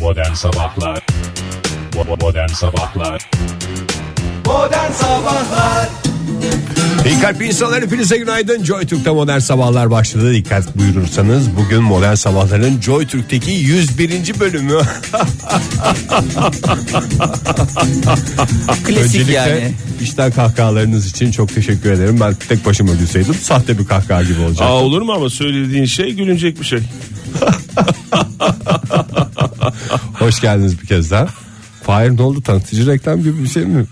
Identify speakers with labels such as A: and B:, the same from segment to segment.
A: Modern Sabahlar Bo- Modern Sabahlar
B: Modern Sabahlar
C: İyi kalpli insanlar hepinize günaydın Joy Türk'te modern sabahlar başladı Dikkat buyurursanız bugün modern sabahların Joy Türk'teki 101. bölümü
D: Klasik
C: Öncelikle
D: yani.
C: işten kahkahalarınız için çok teşekkür ederim Ben tek başıma gülseydim sahte bir kahkaha gibi olacak
E: Aa olur mu ama söylediğin şey gülünecek bir şey.
C: Hoş geldiniz bir kez daha Fahir ne oldu tanıtıcı reklam gibi bir şey mi?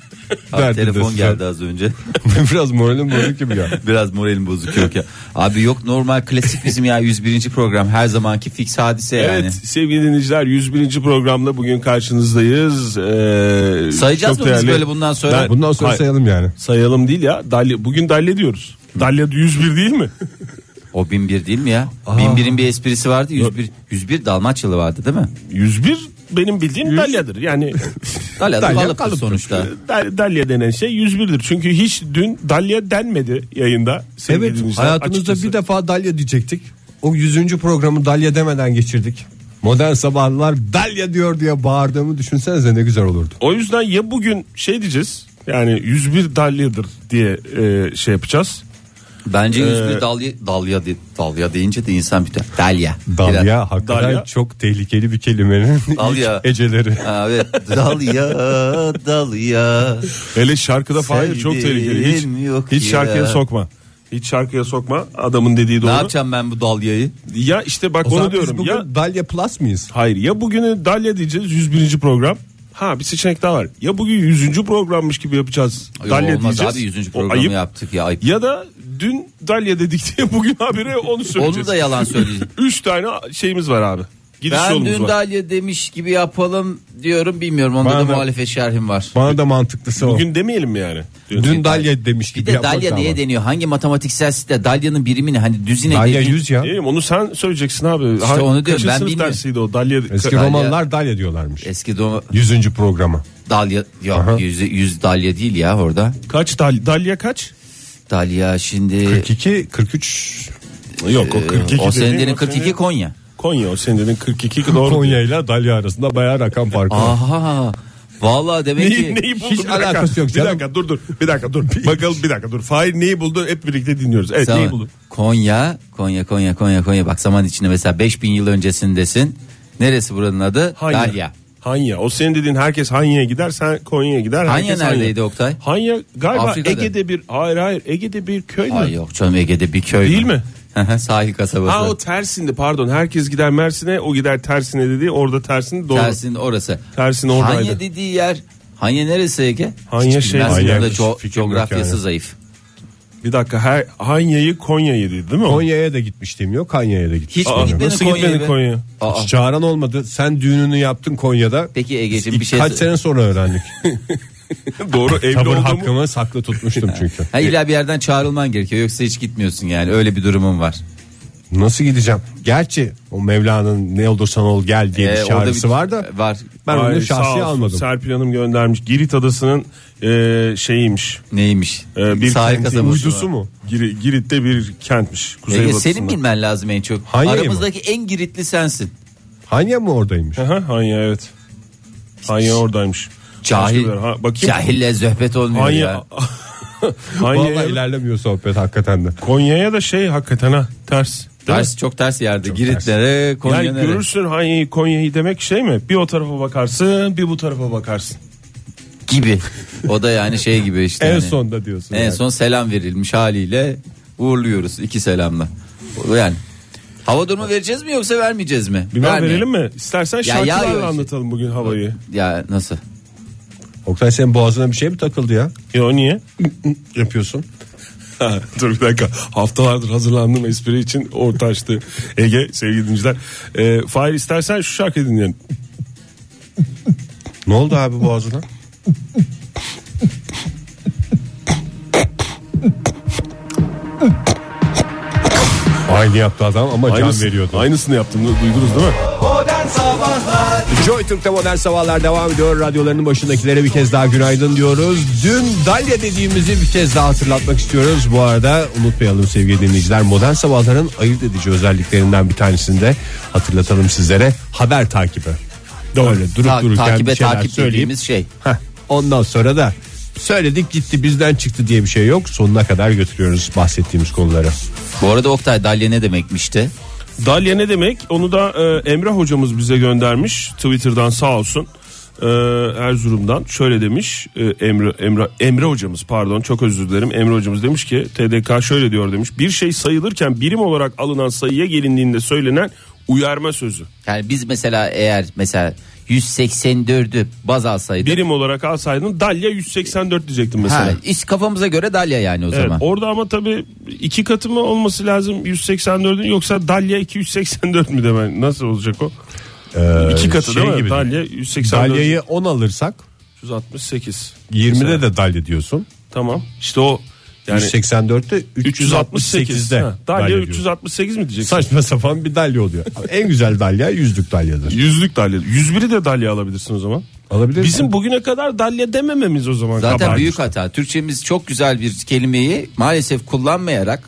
D: Abi,
C: Derdiniz
D: telefon
C: sen.
D: geldi az önce.
C: Biraz moralim bozuk gibi ya
D: Biraz moralim bozuk yok ya. Abi yok normal klasik bizim ya 101. program her zamanki fix hadise
E: Evet
D: yani.
E: sevgili dinleyiciler 101. programla bugün karşınızdayız. Ee,
D: Sayacağız
E: çok
D: mı biz
E: değerli-
D: böyle bundan sonra?
E: Ben-
C: Bundan sonra
E: Hayır,
C: sayalım yani
E: sayalım değil ya. Dalya, bugün dalya diyoruz. Dalya 101 değil mi?
D: O 1001 değil mi ya? 1001'in bir esprisi vardı. 101 101 Dalmaçyalı vardı değil mi?
E: 101 benim bildiğim dalyadır. Yani e,
D: Dalya
C: Dalya
D: Dalya
C: kalıptır.
D: sonuçta.
E: dal- dalya denen şey 101'dir. Çünkü hiç dün dalya denmedi yayında. sevgili
C: Evet
E: dinleyiciler,
C: hayatımızda
E: açıkçası.
C: bir defa Dalya diyecektik. O 100. programı Dalya demeden geçirdik. Modern sabahlar Dalya diyor diye bağırdığımı düşünsenize ne güzel olurdu.
E: O yüzden ya bugün şey diyeceğiz. Yani 101 dalyadır diye e, şey yapacağız.
D: Bence
E: Ee,
D: 101 Dalya Dalya de- Dalya deyince de insan bir de- Dalya.
C: Dalya
D: Biraz-
C: hakikaten
E: Dalya.
C: çok tehlikeli bir kelimenin ilk
D: Dalya.
C: eceleri.
D: Aa, Evet Dalya Dalya.
E: Hele şarkıda Fahir çok
D: Sevdiğin
E: tehlikeli. Hiç,
D: yok
E: hiç
D: ya.
E: şarkıya sokma. Hiç şarkıya sokma. Adamın dediği doğru.
D: Ne yapacağım ben bu Dalya'yı?
E: Ya işte bak
C: O zaman
E: onu
C: biz
E: diyorum.
C: bugün
E: Ya
C: Dalya Plus mıyız?
E: hayır ya bugünü Dalya diyeceğiz 101. program. Ha bir seçenek daha var. Ya bugün 100. programmış gibi yapacağız.
D: Yok,
E: Dalya
D: olmaz
E: diyeceğiz.
D: abi 100.
E: O
D: programı
E: ayıp.
D: yaptık ya ayıp.
E: Ya da dün Dalya dedik diye bugün habire onu söyleyeceğiz.
D: Onu da yalan söyleyeceğim.
E: 3 tane şeyimiz var abi. Gidiş
D: Ben
E: yolumuz
D: dün
E: var.
D: Dalya demiş gibi yapalım diyorum bilmiyorum. Onda
C: Bana
D: da
C: da-
D: muhalefet şerhim var.
C: Bana da mantıklısı o.
E: Bugün demeyelim mi yani? Dün,
C: Dün Dalya demiş gibi
D: Bir de
C: yapmak
D: Dalya
C: lazım.
D: neye deniyor? Hangi matematiksel site Dalya'nın birimini hani düzine
C: Dalya
D: dediğin-
C: 100 ya.
E: Diyelim, onu sen söyleyeceksin abi. İşte
D: onu diyorum,
E: Kaçın
D: ben
E: sınıf
D: bilmiyorum.
E: dersiydi o Dalya.
C: Eski
D: Dalya. E-
C: romanlar Dalya diyorlarmış.
D: Eski do-
C: 100. programı.
D: Dalya
C: Aha.
D: yok yüz, yüz Dalya değil ya orada.
E: Kaç Dal- Dalya kaç?
D: Dalya şimdi
C: 42 43
E: Yok o 42
D: E- o
E: dediğin
D: senenin
E: o senin-
D: 42 Konya.
E: Konya o senenin 42 doğru.
C: Konya ile Dalya arasında bayağı rakam farkı var.
D: Aha. Vallahi demek
E: Neyi,
D: ki
E: neyi buldu?
C: Hiç
E: Bir dakika,
C: alakası yok
E: Bir
C: canım.
E: dakika dur dur. Bir dakika dur. Bakalım bir dakika dur. Fahir neyi buldu? Hep birlikte dinliyoruz. Evet
D: Sen-
E: neyi buldu?
D: Konya, Konya, Konya, Konya, Konya. Bak zaman içinde mesela 5000 yıl öncesindesin. Neresi buranın adı? Dalya.
E: Hanya. O senin dediğin herkes Hanya'ya gider, sen Konya'ya gider.
D: Hanya
E: herkes
D: neredeydi Oktay?
E: Hanya galiba
D: Afrika'da.
E: Ege'de bir hayır hayır Ege'de bir köy
D: Ay
E: mü?
D: yok canım Ege'de bir köy.
E: Değil mi?
D: Sahil kasabası.
E: Ha o tersinde pardon. Herkes gider Mersin'e, o gider tersine dedi. Orada tersinde doğru.
D: Tersin orası.
E: Tersin oradaydı.
D: Hanya dediği yer. Hanya neresi Ege?
E: Hanya
D: Hiç
E: şey-
D: bilmez,
E: Hanya
D: burada
C: hiç
D: co-
C: fikrim yok
D: coğrafyası
C: yani.
D: zayıf.
E: Bir dakika. Her Hanya'yı Konya'ya dedi değil mi?
C: Konya'ya da gitmiştim yok Kanya'ya da gitmiştim.
D: Hiç
E: Aa,
D: gitmedin
E: nasıl
D: Konya'ya
E: gitmedin
D: be?
E: Konya'ya?
D: Aa,
C: Hiç çağıran olmadı. Sen düğününü yaptın Konya'da.
D: Peki Egeciğim, bir şey
C: Kaç
D: sor-
C: sene sonra öğrendik.
E: doğru evli
C: Tabur
E: olduğumu
C: hakkımı saklı tutmuştum çünkü.
D: ha, illa bir yerden çağrılman gerekiyor yoksa hiç gitmiyorsun yani öyle bir durumun var.
C: Nasıl gideceğim? Gerçi o Mevla'nın ne olursan ol gel diye
D: Ee,
C: bir
D: orada
C: çağrısı
D: bir-
C: var da.
D: var.
C: Ben
E: Ay,
C: onu
E: sağ
C: şahsi
E: olsun.
C: almadım.
E: Serpil Hanım göndermiş. Girit Adası'nın e, şeyiymiş.
D: Neymiş?
E: E, bir
D: Sahil
E: kenti-
D: kasabası.
C: uydusu mu?
E: Giri- Girit'te bir kentmiş. Kuzey
D: Ege,
E: batısında.
D: senin bilmen lazım en çok.
C: Hanya'yı mı?
D: Aramızdaki en giritli sensin.
C: Hanya mı oradaymış?
E: Aha, Hanya evet. Hanya oradaymış.
D: Cahil.
E: Başka bir- Ha, bakayım.
D: Cahille zöhbet olmuyor
E: Hanya.
D: ya.
C: Vallahi
E: Hanya'ya da-
C: ilerlemiyor sohbet hakikaten de.
E: Konya'ya da şey hakikaten ha ters. Değil mi?
D: Ters, çok ters yerde. Giritlere, Konya'lara.
E: Yani görürsün Hanya'yı Konya'yı demek şey mi? Bir o tarafa bakarsın bir bu tarafa bakarsın.
D: gibi. O da yani şey gibi işte.
C: En
D: hani.
C: sonda diyorsun.
D: En
C: yani.
D: son selam verilmiş haliyle uğurluyoruz iki selamla. Yani hava durumu vereceğiz mi yoksa vermeyeceğiz mi?
E: Bir daha
D: Vermeyelim.
E: verelim mi? İstersen şarkılarla
D: yağıyor.
E: anlatalım bugün havayı.
D: Ya nasıl?
C: Oktay senin boğazına bir şey mi takıldı ya?
E: Yo niye?
C: Yapıyorsun.
E: Ha, Dur bir dakika haftalardır hazırlandığım espri için ortaştı Ege sevgili dinleyiciler. Ee, Fahir istersen şu şarkıyı dinleyelim.
C: Ne oldu abi boğazına? Aynı yaptı adam ama can
E: Aynısı-
C: veriyordu.
E: Aynısını yaptım duydunuz değil mi?
B: Modern Sabahlar
C: Joy Türk'te modern sabahlar devam ediyor. Radyolarının başındakilere bir kez daha günaydın diyoruz. Dün Dalya dediğimizi bir kez daha hatırlatmak istiyoruz. Bu arada unutmayalım sevgili dinleyiciler. Modern sabahların ayırt edici özelliklerinden bir tanesini de hatırlatalım sizlere. Haber takibi.
E: Doğru.
C: Öyle durup
D: Ta-
C: dururken
D: takibe
C: bir şeyler
D: takip
C: söyleyip-
D: dediğimiz şey.
C: Heh, Ondan sonra da söyledik gitti bizden çıktı diye bir şey yok. Sonuna kadar götürüyoruz bahsettiğimiz konuları.
D: Bu arada Oktay dalya ne demekmişti?
E: Dalya ne demek? Onu da e, Emre hocamız bize göndermiş. Twitter'dan sağ olsun. E, Erzurum'dan şöyle demiş e, Emre, Emre Emre hocamız pardon çok özür dilerim Emre hocamız demiş ki TDK şöyle diyor demiş bir şey sayılırken birim olarak alınan sayıya gelindiğinde söylenen uyarma sözü
D: Yani biz mesela eğer mesela 184'ü baz alsaydık.
E: birim olarak alsaydın Dalya 184 diyecektim mesela.
D: Ha, iş kafamıza göre dalya yani o
E: Evet,
D: zaman.
E: orada ama tabii iki katı mı olması lazım 184'ün yoksa Dalya 284 mü demen nasıl olacak o? iki katı
C: şey
E: Ee, değil mi?
C: gibi.
E: Dalya 184.
C: Dalyayı 10 alırsak
E: 168.
C: 20'de de dalya diyorsun.
E: Tamam. İşte o yani
C: 184'te
E: 368.
C: 368'de.
E: Ha, Dalya
C: diyorsun.
E: 368 mi diyeceksin?
C: Saçma sapan bir dalya oluyor. en güzel dalya yüzlük dalyadır.
E: Yüzlük Dalya. 101'i de Dalya alabilirsin o zaman.
C: Alabilir
E: Bizim bugüne kadar Dalya demememiz o zaman.
D: Zaten
E: kabahat.
D: büyük hata. Türkçemiz çok güzel bir kelimeyi maalesef kullanmayarak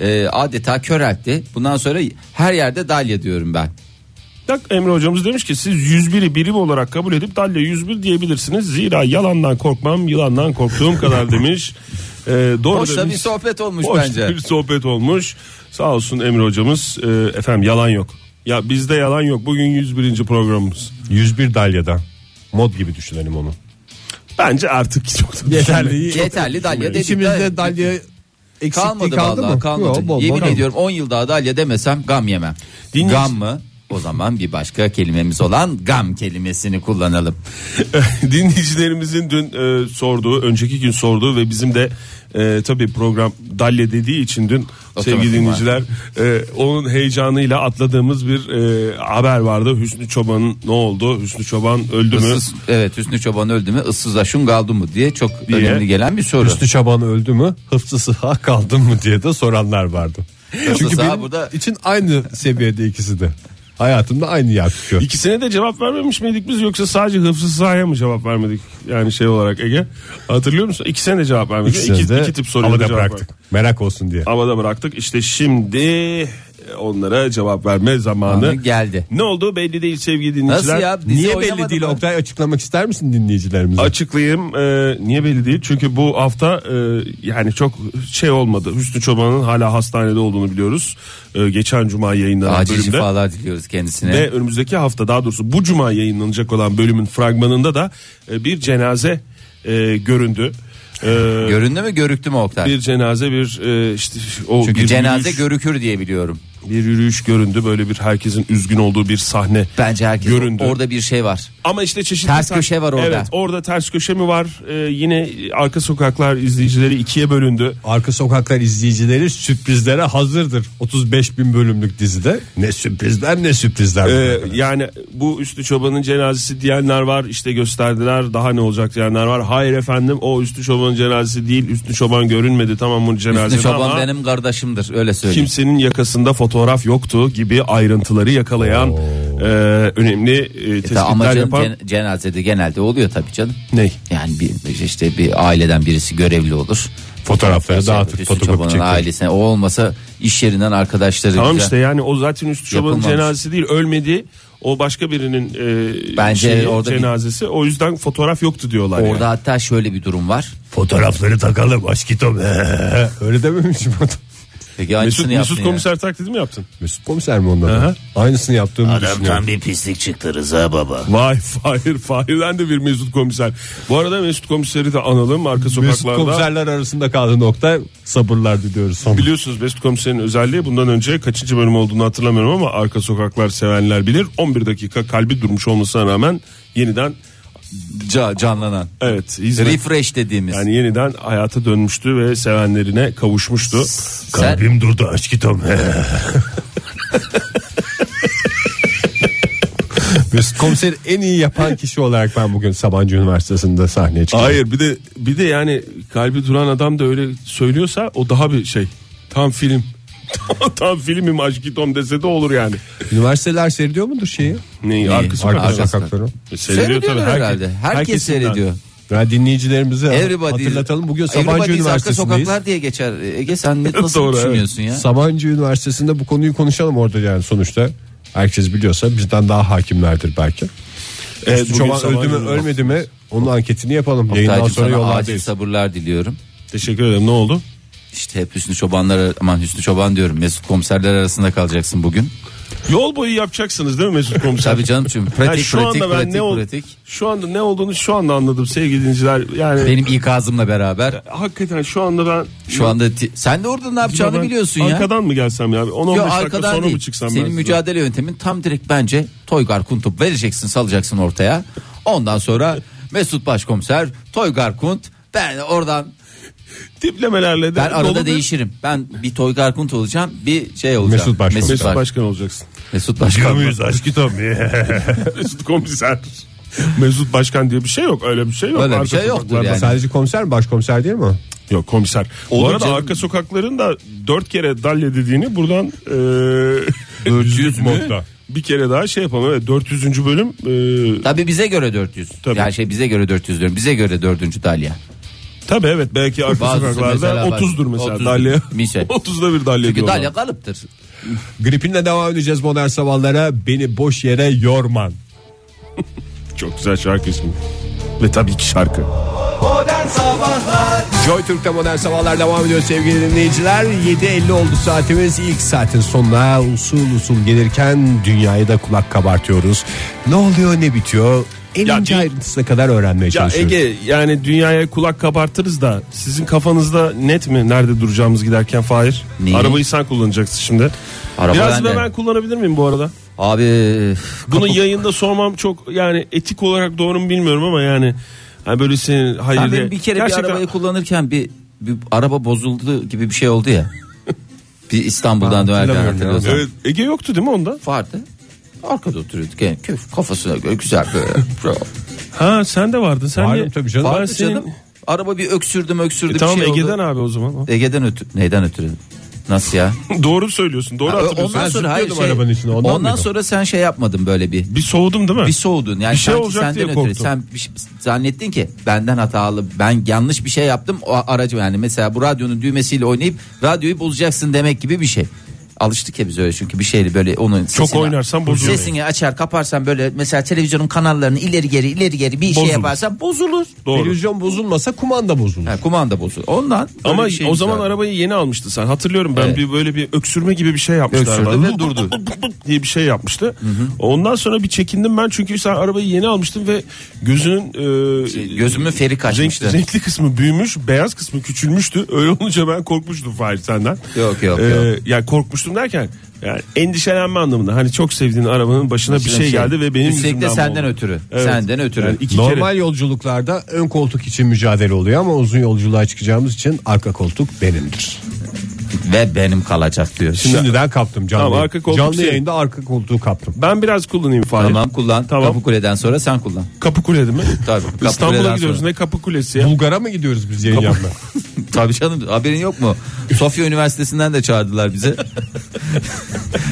D: e, adeta köreltti. Bundan sonra her yerde dalya diyorum ben.
E: Bak Emre hocamız demiş ki siz 101'i birim olarak kabul edip Dalya 101 diyebilirsiniz. Zira yalandan korkmam yılandan korktuğum kadar demiş. Ee, doğru
D: Hoş da
E: demiş.
D: bir sohbet olmuş
E: Hoş
D: bence.
E: bir sohbet olmuş. Sağ olsun Emre hocamız. Ee, efendim yalan yok. Ya bizde yalan yok. Bugün 101. programımız.
C: 101 dalyadan. Mod gibi düşünelim onu.
E: Bence artık çok da
C: Yeterli.
D: Yeterli dalya dedik.
C: İçimizde dalya eksikliği
D: Kalmadı,
C: kaldı
D: vallahi
C: mı?
D: kalmadı.
C: Yok, bol bol
D: Yemin
C: kaldı.
D: ediyorum 10 yıl daha dalya demesem gam yemem.
E: Dinleyici-
D: Gam mı? O zaman bir başka kelimemiz olan gam kelimesini kullanalım.
E: Dinleyicilerimizin dün e, sorduğu, önceki gün sorduğu ve bizim de e, tabii program Dalya dediği için dün sevgili dinleyiciler e, onun heyecanıyla atladığımız bir e, haber vardı. Hüsnü Çoban'ın ne oldu? Hüsnü Çoban öldü mü?
D: Issız, evet Hüsnü Çoban öldü mü? Issız aşun kaldı mı diye çok
E: Diye.
D: önemli gelen bir soru.
C: Üstü çaban öldü mü? Hıfzı sıha kaldı mı diye de soranlar vardı. Çünkü
D: sıha
C: benim
D: burada-
C: için aynı seviyede ikisi de. Hayatımda aynı yer tutuyor.
E: İkisine de cevap vermemiş miydik biz yoksa sadece Hıfzı Saha'ya mı cevap vermedik? Yani şey olarak Ege hatırlıyor musun? İkisine de cevap vermedik.
C: İkisini
E: İki,
C: de
E: iki tip soruya da
C: havada
E: cevap
C: bıraktık.
E: verdik.
C: Merak olsun diye.
E: Havada bıraktık. İşte şimdi e, onlara cevap verme zamanı
D: Zamanı geldi.
E: Ne oldu belli değil sevgili dinleyiciler.
D: Nasıl ya? Dizi
C: Niye belli
D: oynamadı
C: değil
D: mı?
C: Oktay açıklamak ister misin dinleyicilerimize?
E: Açıklayayım e, niye belli değil çünkü bu hafta e, yani çok şey olmadı Hüsnü Çoban'ın hala hastanede olduğunu biliyoruz E, geçen cuma yayınlanan
D: Acil
E: bölümde
D: şifalar diliyoruz kendisine.
E: ve önümüzdeki hafta daha doğrusu bu cuma yayınlanacak olan bölümün fragmanında da e, bir cenaze e, göründü. E,
D: Göründü mü görüktü mü Oktay?
E: bir cenaze bir e, işte o
D: Çünkü
E: bir
D: cenaze
E: yürüyüş,
D: görükür diye biliyorum.
E: bir yürüyüş göründü böyle bir herkesin üzgün olduğu bir sahne
D: Bence herkes
E: Göründü.
D: orada bir şey var.
E: Ama işte çeşitli
D: Ters köşe var orada.
E: Evet, orada ters köşe mi var? Ee, yine arka sokaklar izleyicileri ikiye bölündü.
C: Arka Sokaklar izleyicileri sürprizlere hazırdır. 35 bin bölümlük dizide ne sürprizler ne sürprizler.
E: Ee, yani bu Üstü Çoban'ın cenazesi diyenler var. İşte gösterdiler. Daha ne olacak diyenler var. Hayır efendim o Üstü Çoban'ın cenazesi değil. Üstü Çoban görünmedi. Tamam bunun cenazesi
D: Hüsnü Çoban
E: ama
D: benim kardeşimdir öyle söyleyeyim.
E: kimsenin yakasında fotoğraf yoktu gibi ayrıntıları yakalayan e, önemli e,
D: Ya Ama
E: tespitler
D: canım,
E: yapan
D: cen- cenazede genelde oluyor tabii canım.
E: Ney?
D: Yani bir, işte bir aileden birisi görevli olur. Şey
C: Fotoğrafları dağıtır,
D: Hüsnü
C: fotokopi
D: Çoban'ın
C: çeker.
D: ailesine o olmasa iş yerinden arkadaşları.
E: Tamam
D: güzel.
E: işte yani o zaten Üstü Çoban'ın
D: Yapılmamış.
E: cenazesi değil ölmedi. O başka birinin e,
D: Bence
E: şeyi,
D: orada bir-
E: cenazesi. O yüzden fotoğraf yoktu diyorlar. yani.
D: Orada hatta şöyle bir durum var.
C: Fotoğrafları takalım aşkito be. Öyle dememişim.
D: Peki
E: Mesut,
D: aynısını yaptın
E: Mesut
D: ya.
E: komiser taklidi mi yaptın?
C: Mesut komiser mi ondan? Aynısını yaptığımı düşünüyorum.
F: bir pislik çıktı Rıza baba.
E: Vay Fahir Fahir'den de bir Mesut komiser. Bu arada Mesut komiseri de analım arka
C: Mesut
E: sokaklarda.
C: komiserler arasında kaldı nokta sabırlar diliyoruz. Son.
E: Biliyorsunuz Mesut komiserin özelliği bundan önce kaçıncı bölüm olduğunu hatırlamıyorum ama arka sokaklar sevenler bilir. 11 dakika kalbi durmuş olmasına rağmen yeniden
D: Ca- canlanan.
E: evet hizmet-
D: Refresh dediğimiz.
E: yani yeniden hayata dönmüştü ve sevenlerine kavuşmuştu.
D: Sen-
C: durdu aşkitom. Mesut komiser en iyi yapan kişi olarak ben bugün Sabancı Üniversitesi'nde sahneye çıkıyorum.
E: Hayır bir de bir de yani kalbi duran adam da öyle söylüyorsa o daha bir şey. Tam film. Tam filmim aşkitom dese de olur yani.
C: Üniversiteler seyrediyor mudur şeyi?
E: Neyi? Arka
C: Arka
E: sokaklar.
C: sokakları.
D: Seyrediyorlar
E: tabii. Herkes-
D: herhalde. Herkes,
E: herkesinden.
D: seyrediyor.
C: Ya dinleyicilerimize
D: Everybody.
C: hatırlatalım. Bugün
D: Everybody's
C: Sabancı
D: arka
C: Üniversitesi'ndeyiz.
D: sokaklar diye geçer. Ege sen ne- nasıl
E: Doğru, evet.
D: düşünüyorsun ya?
C: Sabancı Üniversitesi'nde bu konuyu konuşalım orada yani sonuçta. Herkes biliyorsa bizden daha hakimlerdir belki.
E: Evet,
C: Üstü
E: bugün
C: Çoban
E: sabah
C: öldü mü
E: yayınlandı.
C: ölmedi mi onun anketini yapalım. Yayından
D: Oktay'cım
C: sonra
D: sana acil
C: yollardayız.
D: sabırlar diliyorum.
E: Teşekkür ederim. Ne oldu?
D: İşte hep Hüsnü Çobanlar aman Hüsnü Çoban diyorum. Mesut komiserler arasında kalacaksın bugün.
E: Yol boyu yapacaksınız değil mi Mesut Komiser?
D: Tabii canım çünkü
E: Ha,
D: pratik
E: şu
D: pratik
E: anda ben
D: pratik
E: ne ol-
D: pratik.
E: Şu anda ne olduğunu şu anda anladım sevgili dinleyiciler. Yani
D: Benim ikazımla beraber
E: hakikaten şu anda ben
D: şu anda ti- sen de orada ne yapacağını
E: Ben
D: biliyorsun ya.
E: Arkadan mı gelsem ya? 10-15
D: Yok
E: dakika
D: arkadan
E: sonra
D: değil.
E: mı çıksam ben?
D: Senin
E: size?
D: mücadele yöntemin tam direkt bence Toygar Kunt'u vereceksin salacaksın ortaya. Ondan sonra Mesut Başkomiser Toygar Kunt ben oradan
E: Tiplemelerle de
D: ben
E: dolu bir-
D: arada değişirim. Ben bir Toygar Kunt olacağım bir şey olacağım.
C: Mesut Başkomiser.
E: Mesut
D: Baş-
E: Başkan olacaksın.
D: Mesut Başkomiser.
E: aşk Mesut Komiser. Mesut Başkan diye bir şey yok. Öyle bir şey yok.
D: Öyle bir
E: Arka
D: şey yoktur
E: sokaklarda-
D: yani.
C: Sadece komiser mi başkomiser değil mi?
E: Yok komiser. Bu
D: Olur
E: arada
D: canım.
E: arka sokakların da dört kere dalya dediğini buradan e,
D: 400 mü?
E: modda. Bir kere daha şey yapalım. Evet 400. bölüm e,
D: Tabii bize göre 400.
E: Tabii.
D: Yani şey bize göre 400 diyorum. Bize göre 4. Dalya.
E: tabii evet belki arka
D: Bazısı
E: sokaklarda
D: mesela bak-
E: 30'dur mesela
D: 30'dur.
E: dalya.
D: Misal.
E: 30'da bir dalya
D: Çünkü
E: diyorlar.
D: Dalya kalıptır.
C: Gripinle devam edeceğiz modern sabahlara. Beni boş yere yorman.
E: Çok güzel şarkı ismi. Ve tabii ki şarkı.
B: Modern Sabahlar
C: Joy Türk'te modern sabahlar devam ediyor sevgili dinleyiciler. 7.50 oldu saatimiz. İlk saatin sonuna usul usul gelirken dünyayı da kulak kabartıyoruz. Ne oluyor ne bitiyor? En
E: Ya
C: ince
E: dü-
C: ayrıntısına kadar öğrenmeye
E: Ya
C: çalışıyoruz.
E: Ege yani dünyaya kulak kabartırız da sizin kafanızda net mi nerede duracağımız giderken Fahir?
D: Neyi?
E: Arabayı sen kullanacaksın şimdi.
D: Araba
E: Biraz da
D: bende.
E: ben kullanabilir miyim bu arada?
D: Abi
E: Bunu yayında sormam çok yani etik olarak doğru mu bilmiyorum ama yani hani böyle senin hayır
D: ben
E: diye-
D: benim bir kere
E: Gerçekten-
D: bir arabayı kullanırken bir, bir araba bozuldu gibi bir şey oldu ya. bir İstanbul'dan dönerken hatırlıyorsan.
E: Evet, Ege yoktu değil mi onda?
D: Vardı. Arkada oturuyorduk. Yani köf kafasına göre güzel böyle.
E: Ha sen de vardın. Sen
C: Vardım
E: de,
C: tabii canım.
E: Ben
D: Vardı
E: senin-
D: canım. Araba bir öksürdüm öksürdüm.
E: E, tamam
D: bir şey
E: Ege'den
D: oldu.
E: abi o zaman.
D: Ege'den ötürü. Neyden ötürü? Nasıl ya?
E: doğru söylüyorsun. Doğru hatırlıyorsun.
D: ondan
C: Ben
D: sonra hayır
C: zıplıyordum
D: şey,
C: arabanın içine, ondan
D: ondan,
C: mıydı?
D: sonra sen şey yapmadın böyle bir.
E: Bir soğudum değil mi?
D: Bir soğudun yani
E: Bir şey
D: sanki
E: olacak diye
D: senden ötürü
E: korktum.
D: sen bir şey- zannettin ki benden hatalı ben yanlış bir şey yaptım o aracı yani mesela bu radyonun düğmesiyle oynayıp radyoyu bozacaksın demek gibi bir şey. Alıştık ya biz öyle çünkü bir şeyle böyle onun
E: Çok oynarsan bozulur.
D: Sesini açar kaparsan böyle mesela televizyonun kanallarını ileri geri ileri geri bir şey
E: Bozulur.
D: yaparsan bozulur.
E: doğru.
C: Televizyon bozulmasa kumanda bozulur.
D: Ha, kumanda bozulur. Ondan böyle
E: Ama
D: bir şeyimiz
E: o zaman
D: var.
E: arabayı yeni almıştı sen. Hatırlıyorum ben
D: Evet.
E: bir böyle bir öksürme gibi bir şey yapmıştı.
D: Öksürdü
E: araba.
D: ve durdu.
E: diye bir şey yapmıştı. Ondan sonra bir çekindim ben çünkü sen arabayı yeni almıştın ve gözünün e,
D: Şey, gözümün feri kaçmıştı.
E: Renk, renkli kısmı büyümüş, beyaz kısmı küçülmüştü. Öyle olunca ben korkmuştum Fahir senden.
D: Yok, yok,
E: Ee,
D: yok.
E: Yani korkmuştum derken yani endişelenme anlamında. Hani çok sevdiğin arabanın başına bir şey geldi ve benim
D: Üstelik de
E: yüzümden mi
D: senden
E: oldu?
D: ötürü.
E: Evet.
D: Senden ötürü.
E: Yani iki
C: Normal
E: kere.
C: yolculuklarda ön koltuk için mücadele oluyor ama uzun yolculuğa çıkacağımız için arka koltuk benimdir.
D: Ve benim kalacak diyor.
C: Şimdiden kaptım canlı.
E: Tamam,
C: yayın.
E: arka koltuk
C: canlı
E: senin.
C: yayında arka koltuğu kaptım.
E: Ben biraz kullanayım Fahir.
D: Tamam kullan.
E: Tamam.
D: Kapıkule'den sonra sen kullan.
E: Kapı kulede mi?
D: Tabii, Kapı
E: İstanbul'a
D: Kule'den
E: gidiyoruz
D: sonra.
E: ne kapı kulesi ya.
C: Bulgar'a mı gidiyoruz biz yayın yapmaya?
D: Tabii canım haberin yok mu? Sofya Üniversitesi'nden de çağırdılar bizi.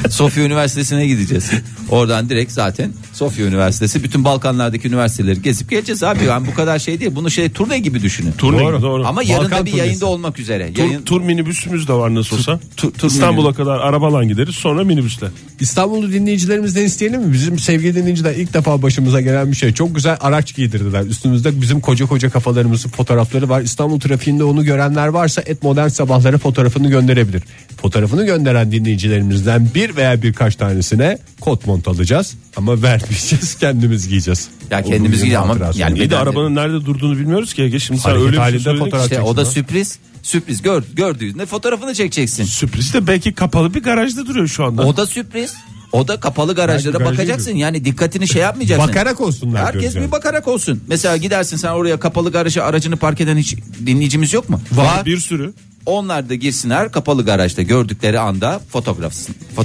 D: Sofya Üniversitesi'ne gideceğiz. Oradan direkt zaten Sofya Üniversitesi bütün Balkanlardaki üniversiteleri gezip geleceğiz abi. Yani bu kadar şey değil. Bunu şey turne gibi düşünün.
E: Turne gibi, doğru.
D: Ama yarın
C: Balkan
D: da bir
C: turnesi.
D: yayında olmak üzere.
E: Tur,
D: Yayın,
E: tur minibüsümüz de var nasıl olsa.
D: tur- E, tur
E: İstanbul'a
D: minibüs.
E: kadar arabalan gideriz sonra minibüsle.
C: İstanbul'u dinleyicilerimizden isteyelim mi? Bizim sevgili dinleyiciler ilk defa başımıza gelen bir şey. Çok güzel araç giydirdiler. Üstümüzde bizim koca koca kafalarımızın fotoğrafları var. İstanbul trafiğinde onu görenler varsa et modern sabahlara fotoğrafını gönderebilir. Fotoğrafını gönderen dinleyicilerimizden bir veya birkaç tanesine kot mont alacağız. Ama vermeyeceğiz kendimiz giyeceğiz.
D: Ya
C: O
D: kendimiz
C: bizim
D: giyeceğiz ama
C: hatırası.
D: yani
E: İyi de
D: Neden?
E: arabanın nerede durduğunu bilmiyoruz ki Ege. Şimdi sen
C: Hareket
E: öyle bir şey
C: halinde
E: söyledin ki-
C: fotoğraf-
D: işte o da
C: Çeksin
D: sürpriz. Sürpriz gör, gördüğünde fotoğrafını çekeceksin.
E: Sürpriz de belki kapalı bir garajda duruyor şu anda.
D: O da sürpriz. O da kapalı garajlara
C: garajı
D: bakacaksın. Yani dikkatini şey yapmayacaksın.
C: Bakarak olsunlar diyoruz
D: Herkes
C: yani.
D: bir bakarak olsun. Mesela gidersin sen oraya kapalı garaja aracını park eden hiç dinleyicimiz yok mu?
E: Var bir sürü.
D: Onlar da girsinler kapalı garajda gördükleri anda fotoğraf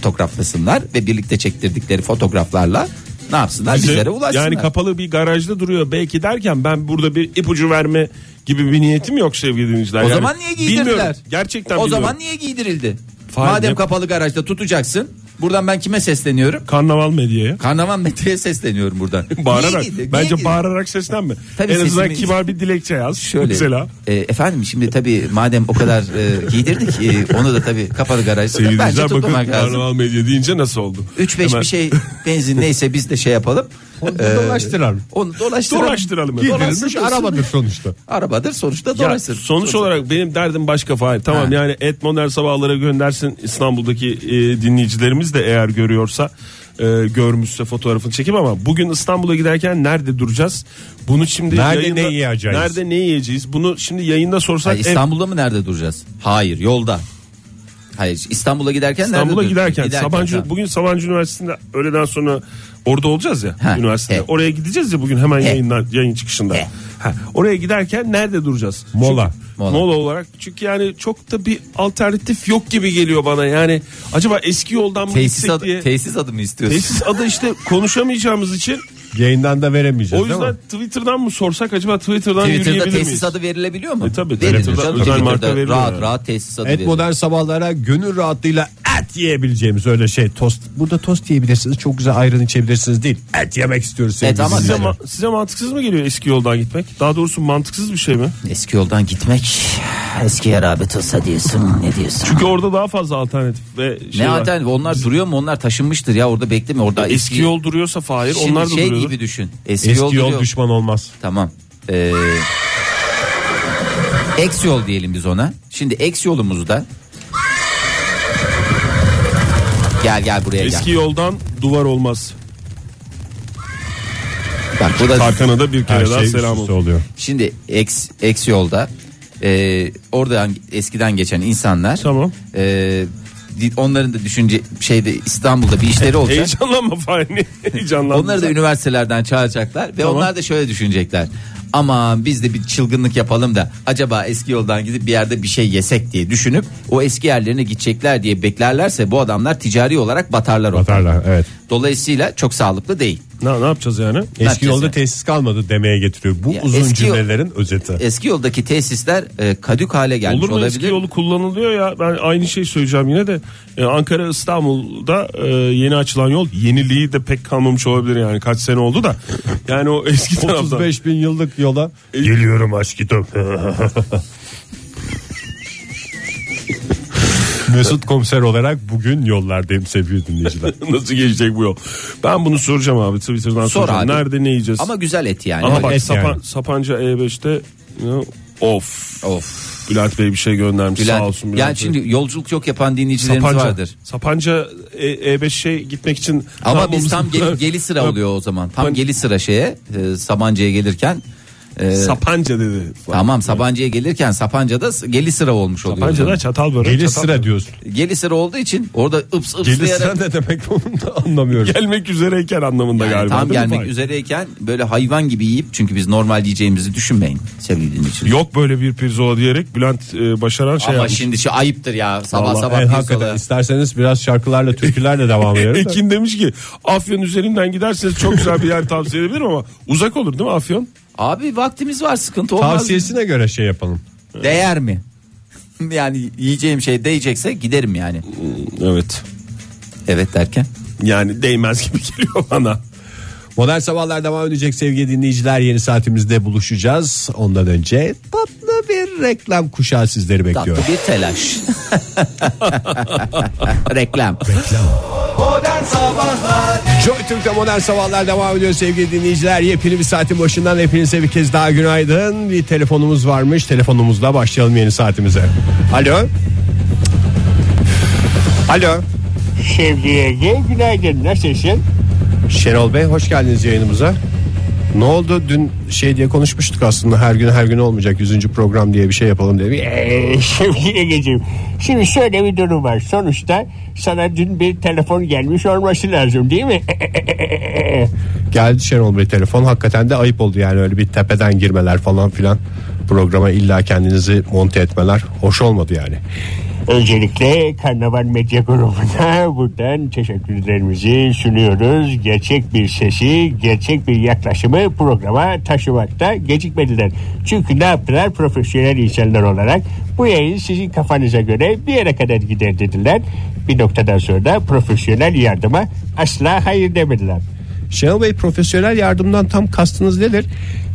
D: fotoğraflasınlar ve birlikte çektirdikleri fotoğraflarla ne yapsınlar
E: Bize-
D: bizlere ulaşsınlar.
E: Yani kapalı bir garajda duruyor belki derken ben burada bir ipucu verme gibi bir niyetim yok sevgili dinleyiciler.
D: o
E: Yani
D: zaman niye giydirdiler?
E: Bilmiyorum. Gerçekten
D: O
E: bilmiyorum.
D: zaman niye giydirildi?
E: Fahir,
D: Madem
E: ne-
D: kapalı garajda tutacaksın. Buradan ben kime sesleniyorum?
E: Karnaval medyaya.
D: Karnaval Mete'ye sesleniyorum buradan. Niye
E: Bağırarak.
D: giydi- niye
E: Bence
D: giydi?
E: bağırarak seslenme.
D: Tabii
E: en azından
D: sesimi-
E: kibar bir dilekçe yaz.
D: Şöyle
E: Mesela.
D: e, efendim şimdi tabii madem o kadar e, giydirdik e, onu da tabii kapalı garajda bence
E: Sevgili dinleyiciler bakın
D: tutmamak lazım.
E: karnaval medya deyince nasıl oldu?
D: 3-5
E: Hemen-
D: bir şey benzin neyse biz de şey yapalım.
C: Onu dolaştırar.
D: Onu dolaştıralım.
E: Dolaştıralım. efendim.
C: Giydirilmiş
D: Dolaşsın,
C: arabadır sonuçta.
D: Arabadır sonuçta
E: Ya,
D: dolaşır.
E: sonuç olarak benim derdim başka Fahir. Tamam
D: Ha.
E: yani et modern sabahlara göndersin İstanbul'daki e, dinleyicilerimiz de eğer görüyorsa e, görmüşse fotoğrafını çekip ama bugün İstanbul'a giderken nerede duracağız? Bunu şimdi
C: Nerede
E: yayında,
C: ne yiyeceğiz?
E: Nerede ne yiyeceğiz? Bunu şimdi yayında sorsak
D: Hayır, İstanbul'da mı nerede duracağız? Hayır yolda. Hayır İstanbul'a giderken
E: ev- İstanbul'a
D: nerede duracağız?
E: giderken, Sabancı
D: tamam.
E: bugün Sabancı Üniversitesi'nde öğleden sonra orada olacağız ya
D: Ha,
E: üniversitede.
D: he.
E: Oraya gideceğiz ya bugün hemen yayından yayın çıkışında.
D: He.
E: Ha, oraya giderken nerede duracağız?
C: Mola.
E: Çünkü-
D: Mola.
E: mola. olarak. Çünkü yani çok da bir alternatif yok gibi geliyor bana. Yani acaba eski yoldan mı
D: Tesis,
E: gitsek
D: adı,
E: diye.
D: tesis adı mı istiyorsun?
E: Tesis adı işte konuşamayacağımız için
C: Yayından da veremeyeceğiz
E: o
C: değil
E: yüzden
C: mi?
E: Twitter'dan mı sorsak acaba Twitter'dan
D: Twitter'da
E: yürüyebilir
D: tesis
E: miyiz?
D: adı verilebiliyor mu?
E: E tabii,
D: Verilir
E: Twitter'da
D: canım.
E: özel marka
D: Twitter'da
E: verilir
D: rahat
E: yani.
D: rahat tesis adı
C: Et
D: verilir.
C: modern sabahlara gönül rahatlığıyla et yiyebileceğimiz öyle şey tost. Burada tost yiyebilirsiniz. Çok güzel ayran içebilirsiniz değil. Et yemek istiyoruz. sevgili
D: ama-
E: Size,
C: dinleyiciler.
E: ma- size mantıksız mı geliyor eski yoldan gitmek? Daha doğrusu mantıksız bir şey mi?
D: Eski yoldan gitmek.
F: Eskiye rağbet olsa diyorsun ne diyorsun?
E: Çünkü orada daha fazla alternatif ve şey
D: ne
E: var.
D: alternatif onlar duruyor mu? Onlar taşınmıştır ya orada bekleme orada.
E: Eski yol duruyorsa Fahir
D: Şimdi
E: onlar da
D: şey
E: duruyordur.
D: gibi düşün. Eski,
C: Eski
D: yol,
C: yol,
D: duruyor.
C: düşman olmaz.
D: Tamam. Ee, X yol diyelim biz ona. Şimdi X yolumuzda Gel gel buraya
E: Eski
D: gel.
E: yoldan duvar olmaz.
D: Bak bu da
E: Tarkan'a da bir kere
C: Her
E: daha
C: şey üst
E: selam
C: üste
E: olsun.
C: oluyor.
D: Şimdi eks eks yolda e, oradan eskiden geçen insanlar
E: Tamam.
D: e, di- onların da düşünce şeyde İstanbul'da bir işleri olacak.
E: Heyecanlanma Fahri. Heyecanlanma.
D: Onları da üniversitelerden çağıracaklar ve
E: Tamam.
D: onlar da şöyle düşünecekler. Ama biz de bir çılgınlık yapalım da acaba eski yoldan gidip bir yerde bir şey yesek diye düşünüp o eski yerlerine gidecekler diye beklerlerse bu adamlar ticari olarak batarlar orada.
C: Batarlar evet.
D: Dolayısıyla çok sağlıklı değil.
E: Ne, ne yapacağız yani?
C: Eski
D: Merkez
C: yolda
D: yani.
C: tesis kalmadı demeye getiriyor. Bu
D: Ya
C: uzun
D: eski yol- E,
C: cümlelerin özeti.
D: Eski yoldaki tesisler e, kadük hale gelmiş
E: Olur mu
D: olabilir.
E: eski yolu kullanılıyor ya ben aynı şey söyleyeceğim yine de Ee, Ankara İstanbul'da e, yeni açılan yol yeniliği de pek kalmamış olabilir yani kaç sene oldu da yani o eski taraftan
C: 35 bin yıllık yola geliyorum aşk kitap. Mesut komiser olarak bugün yollardayım sevgili dinleyiciler.
E: nasıl geçecek bu yol ben bunu soracağım abi Twitter'dan
D: Sor
E: soracağım
D: abi.
E: nerede ne yiyeceğiz
D: Ama
E: ama,
D: güzel et yani.
E: bak
C: et
E: Sapan-
C: yani.
E: Sapanca E5'te ya, of
D: Of.
E: Bülent Bey bir şey göndermiş
D: Bülent,
E: sağ olsun Bülent
D: yani
E: Bey.
D: şimdi yolculuk çok yapan dinleyicilerimiz vardır.
E: Sapanca E- E5 şey gitmek için
D: Ama
E: tam
D: biz tam
E: omuzumuzda-
D: gel- geli sıra oluyor o zaman. Tam
E: Ben-
D: geli sıra şeye e, Sabancı'ya gelirken e,
E: Sapanca dedi.
D: tamam Sabancı'ya gelirken Sapanca'da s- geli sıra olmuş oluyor. o
E: Sapanca'da
D: zaman.
E: çatal börek.
C: Geli
E: çatal-
C: sıra diyorsun.
D: Geli sıra olduğu için orada ıps ıps
C: Geli sıra ne demek onu da anlamıyorum.
E: Gelmek üzereyken anlamında
D: yani
E: galiba.
D: tam
E: değil mi
D: gelmek
E: Fahir?
D: üzereyken böyle hayvan gibi yiyip çünkü biz normal yiyeceğimizi düşünmeyin sevgili dinleyiciler.
E: Yok böyle bir pirzola diyerek Bülent e, Başaran şey
D: Ama
E: yapmış.
D: şimdi şey ayıptır ya sabah
C: Vallahi,
D: sabah
C: evet,
D: bir
C: hakikaten
D: sala-
C: isterseniz biraz şarkılarla türkülerle devam edelim. de.
E: Ekin demiş ki Afyon üzerinden giderseniz çok güzel bir yer tavsiye edebilirim ama uzak olur değil mi Afyon?
D: Abi vaktimiz var sıkıntı olmaz.
C: Tavsiyesine göre şey yapalım.
D: Değer mi? yani yiyeceğim şey değecekse giderim yani.
E: Evet.
D: Evet derken.
E: Yani değmez gibi geliyor bana.
C: Modern Sabahlar devam edecek sevgili dinleyiciler. Yeni saatimizde buluşacağız. Ondan önce tatlı bir reklam kuşağı sizleri bekliyor.
D: Tatlı bir telaş. Reklam.
B: Modern Sabahlar
C: Joy Türk'te modern sabahlar devam ediyor sevgili dinleyiciler. Yepyeni bir saatin başından hepinize bir kez daha günaydın. Bir telefonumuz varmış. Telefonumuzla başlayalım yeni saatimize. Alo. Alo.
G: Sevgiye gel günaydın nasılsın?
C: Şenol Bey hoş geldiniz yayınımıza. Ne oldu dün şey diye konuşmuştuk aslında her gün her gün olmayacak 100. program diye bir şey yapalım diye. Bir-
G: Ee, Sevgiye gecim. Şimdi şöyle bir durum var. Sonuçta sana dün bir telefon gelmiş olması lazım değil mi?
C: Geldi Şenol Bey telefon hakikaten de ayıp oldu yani öyle bir tepeden girmeler falan filan. Programa illa kendinizi monte etmeler hoş olmadı yani.
G: Öncelikle Karnaval Medya Grubu'na buradan teşekkürlerimizi sunuyoruz. Gerçek bir sesi, gerçek bir yaklaşımı programa taşımakta gecikmediler. Çünkü ne yaptılar? Profesyonel insanlar olarak bu yayın sizin kafanıza göre bir yere kadar gider dediler. Bir noktadan sonra da profesyonel yardıma asla hayır demediler.
C: Şenol Bey profesyonel yardımdan tam kastınız nedir?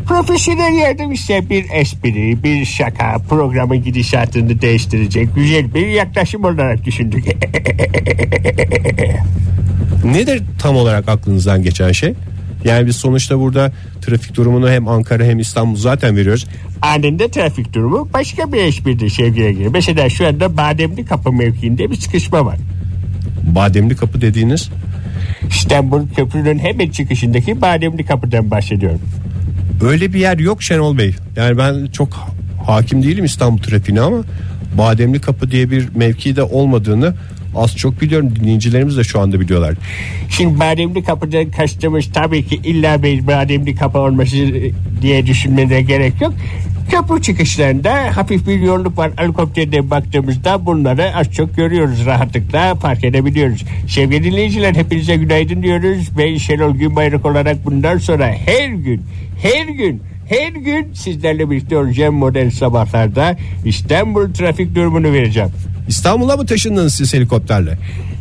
G: Profesyonel yardım işte bir espri, bir şaka, programın gidişatını değiştirecek güzel bir yaklaşım olarak düşündük.
C: Nedir tam olarak aklınızdan geçen şey? Yani biz sonuçta burada trafik durumunu hem Ankara hem İstanbul zaten veriyoruz.
G: Anında trafik durumu başka bir espri sevgili gibi. Mesela şu anda Bademli Kapı mevkiinde bir sıkışma var.
C: Bademli kapı dediğiniz
G: İstanbul Köprü'nün hemen çıkışındaki Bademli Kapı'dan bahsediyorum.
C: öyle bir yer yok Şenol Bey. Yani ben çok ha- hakim değilim İstanbul trafiğine ama Bademli kapı diye bir mevkide olmadığını az çok biliyorum. Dinleyicilerimiz de şu anda biliyorlar.
G: Şimdi bademli kapıdan kastımız tabii ki illa bir bademli kapı olması diye düşünmene gerek yok. Köprü çıkışlarında hafif bir yoğunluk var. Helikopterden baktığımızda bunları az çok görüyoruz. Rahatlıkla fark edebiliyoruz. Sevgili dinleyiciler hepinize günaydın diyoruz. Ben Şenol Günbayrak olarak bundan sonra her gün, her gün her gün sizlerle birlikte olacağım model sabahlarda İstanbul trafik durumunu vereceğim.
C: İstanbul'a mı taşındınız siz helikopterle?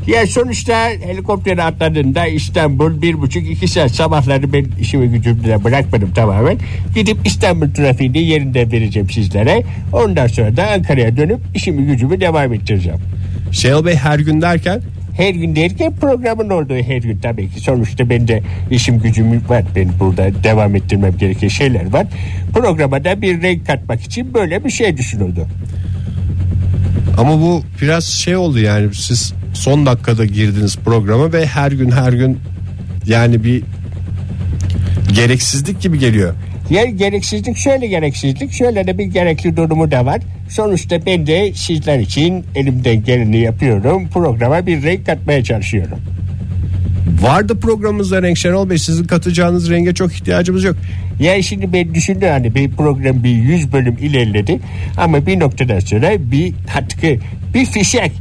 G: Ya sonuçta helikoptere atladığında İstanbul bir buçuk iki saat sabahları ben işimi gücümü de bırakmadım tamamen. Gidip İstanbul trafiğini yerinde vereceğim sizlere. Ondan sonra da Ankara'ya dönüp işimi gücümü devam ettireceğim.
C: Şenol Bey her gün derken
G: Her gün derken programın olduğu her gün tabii ki. Sonuçta ben de işim gücüm var. Ben burada devam ettirmem gereken şeyler var. Programa da bir renk katmak için böyle bir şey düşünüldü.
C: Ama bu biraz şey oldu yani siz son dakikada girdiniz programa ve her gün her gün yani bir gereksizlik gibi geliyor.
G: Ya gereksizlik şöyle gereksizlik şöyle de bir gerekli durumu da var. Sonuçta ben de sizler için elimden geleni yapıyorum. Programa bir renk katmaya çalışıyorum.
C: Vardı programımızda renk Şenol Bey sizin katacağınız renge çok ihtiyacımız yok.
G: Ya şimdi ben düşündüm hani bir program bir 100 bölüm ilerledi ama bir noktadan sonra bir katkı, bir fişek,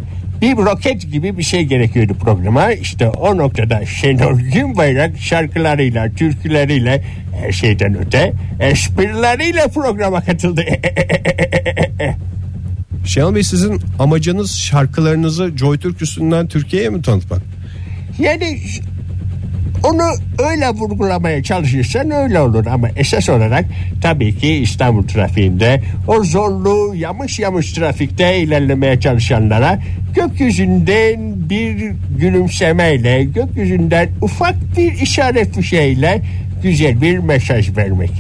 G: bir roket gibi bir şey gerekiyordu programa. İşte o noktada Şenol Günbayrak şarkılarıyla, türküleriyle her şeyden öte esprileriyle programa katıldı.
C: Şenol Bey sizin amacınız şarkılarınızı JoyTürk üstünden Türkiye'ye mi tanıtmak?
G: Yani onu öyle vurgulamaya çalışırsan öyle olur ama esas olarak tabii ki İstanbul trafiğinde o zorlu yamış yamış trafikte ilerlemeye çalışanlara gökyüzünden bir gülümsemeyle gökyüzünden ufak bir işaret bir şeyle güzel bir mesaj vermek.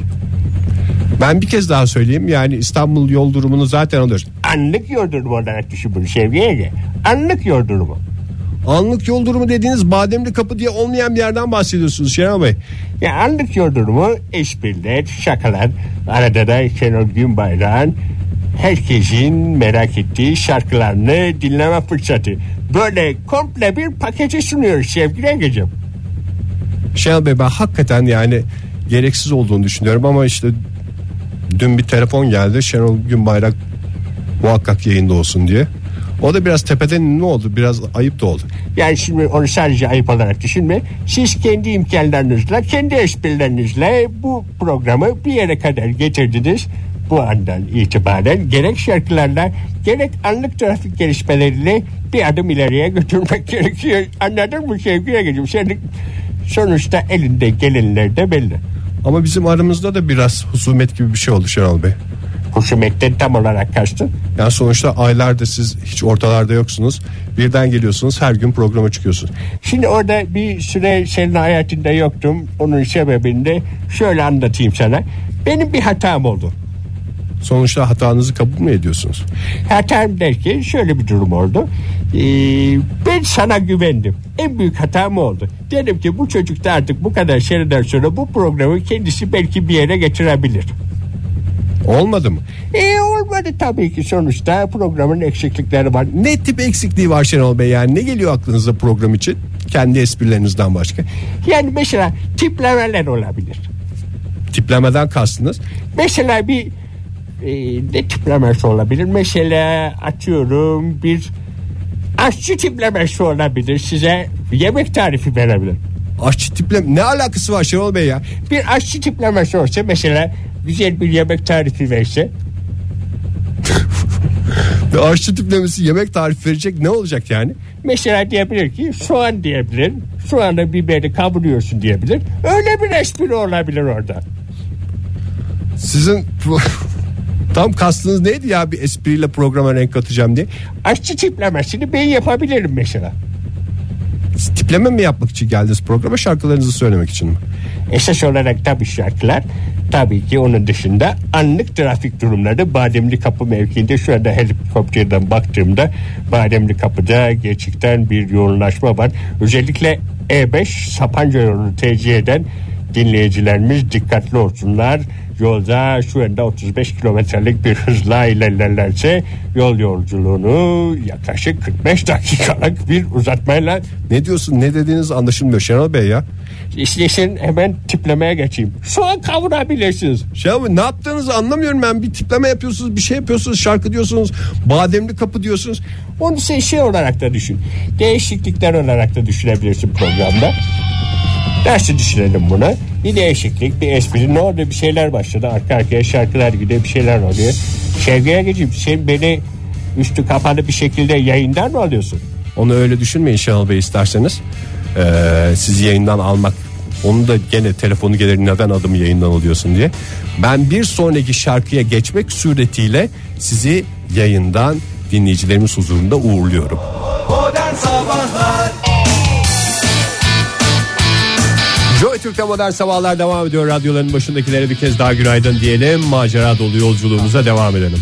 C: Ben bir kez daha söyleyeyim yani İstanbul yol durumunu zaten alır.
G: Anlık yol durumu olarak düşün bunu Sevgi Ege. Anlık yol durumu.
C: Anlık yol durumu dediğiniz Bademli Kapı diye olmayan bir yerden bahsediyorsunuz Şenol Bey.
G: Ya anlık yol durumu espriler, şakalar, arada da Şenol Günbayrak'ın herkesin merak ettiği şarkılarını dinleme fırsatı. Böyle komple bir paketi sunuyor sevgili Egeciğim.
C: Şenol Bey ben hakikaten yani gereksiz olduğunu düşünüyorum ama işte dün bir telefon geldi Şenol Günbayrak muhakkak yayında olsun diye. O da biraz tepeden ne oldu biraz ayıp da oldu.
G: Yani şimdi onu sadece ayıp olarak düşünme. Siz kendi imkanlarınızla, kendi esprilerinizle bu programı bir yere kadar getirdiniz. Bu andan itibaren gerek şarkılarla gerek anlık trafik gelişmeleriyle bir adım ileriye götürmek gerekiyor. Anladın mı sevgili Ege'ciğim? Senin sonuçta elinde gelenler de belli.
C: Ama bizim aramızda da biraz husumet gibi bir şey oldu Şenol Bey.
G: Husumetten tam olarak kastın.
C: Yani sonuçta aylarda siz hiç ortalarda yoksunuz. Birden geliyorsunuz her gün programa çıkıyorsunuz.
G: Şimdi orada bir süre senin hayatında yoktum. Onun sebebini de şöyle anlatayım sana. Benim bir hatam oldu.
C: Sonuçta hatanızı kabul mü ediyorsunuz?
G: Hatam derken şöyle bir durum oldu. Ee, ben sana güvendim. En büyük hatam o oldu. Dedim ki bu çocuk da artık bu kadar şeyden sonra bu programı kendisi belki bir yere getirebilir.
C: Olmadı mı?
G: E olmadı tabii ki sonuçta programın eksiklikleri var.
C: Ne tip eksikliği var Şenol Bey yani ne geliyor aklınıza program için? Kendi esprilerinizden başka.
G: Yani mesela tiplemeler olabilir.
C: Tiplemeden kastınız.
G: Mesela bir e, ne tiplemesi olabilir? Mesela atıyorum bir aşçı tiplemesi olabilir. Size yemek tarifi verebilir.
C: Aşçı tiplem ne alakası var Şenol Bey ya?
G: Bir aşçı tiplemesi olsa mesela güzel bir yemek tarifi verse
C: Ve aşçı tiplemesi yemek tarifi verecek ne olacak yani?
G: mesela diyebilir ki soğan diyebilir soğanı biberi kavuruyorsun diyebilir öyle bir espri olabilir orada
C: Sizin tam kastınız neydi ya bir espriyle programa renk katacağım diye?
G: aşçı tiplemesini ben yapabilirim mesela
C: Siz Tipleme mi yapmak için geldiniz programa şarkılarınızı söylemek için mi?
G: Esas olarak tabii şartlar tabii ki onun dışında anlık trafik durumları Bademli Kapı mevkiinde şu anda helikopterden baktığımda Bademli Kapı'da gerçekten bir yoğunlaşma var. Özellikle E5 Sapanca yolunu tercih eden dinleyicilerimiz dikkatli olsunlar. Yolda şu anda 35 kilometrelik bir hızla ilerlerlerse yol yolculuğunu yaklaşık 45 dakikalık bir uzatmayla
C: Ne diyorsun ne dediğiniz anlaşılmıyor Şenol Bey ya.
G: İşlesin hemen tiplemeye geçeyim. Soğan kavurabilirsiniz.
C: Şey abi ne yaptığınızı anlamıyorum ben. Bir tipleme yapıyorsunuz, bir şey yapıyorsunuz, şarkı diyorsunuz, bademli kapı diyorsunuz.
G: Onu sen şey olarak da düşün. Değişiklikler olarak da düşünebilirsin programda. Dersi düşünelim bunu. Bir değişiklik, bir espri. Ne oldu? Bir şeyler başladı. Arka arkaya şarkılar gidiyor. Bir şeyler oluyor. Şevki Ergeciğim sen beni üstü kapalı bir şekilde yayından mı alıyorsun?
C: Onu öyle düşünmeyin Şenol Bey isterseniz. Ee, sizi yayından almak. Onu da gene telefonu gelir neden adımı yayından alıyorsun diye. Ben bir sonraki şarkıya geçmek suretiyle sizi yayından dinleyicilerimiz huzurunda uğurluyorum.
B: Modern Sabahlar
C: Joy Türk'te modern sabahlar devam ediyor. Radyoların başındakilere bir kez daha günaydın diyelim. Macera dolu yolculuğumuza devam edelim.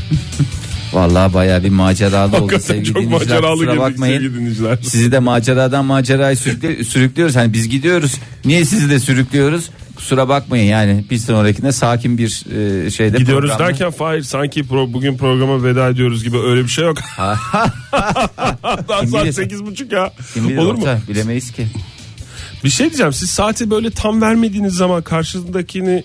D: Vallahi bayağı bir maceralı oldu
E: Hakikaten
D: sevgili
E: çok
D: dinleyiciler.
E: maceralı
D: Kusura
E: girdik
D: bakmayın.
E: sevgili dinleyiciler.
D: Sizi de maceradan maceraya sürükle- sürüklüyoruz. Hani biz gidiyoruz. Niye sizi de sürüklüyoruz? Kusura bakmayın yani bir sonrakine sakin bir e, şeyde
E: Gidiyoruz
D: programda-
E: derken Fahir sanki pro- bugün programa veda ediyoruz gibi öyle bir şey yok. Daha
D: Kim
E: saat
D: bilir?
E: sekiz buçuk ya.
D: Kim bilir
E: Olur mu?
D: orta, bilemeyiz ki.
E: Bir şey diyeceğim siz saati böyle tam vermediğiniz zaman karşındakini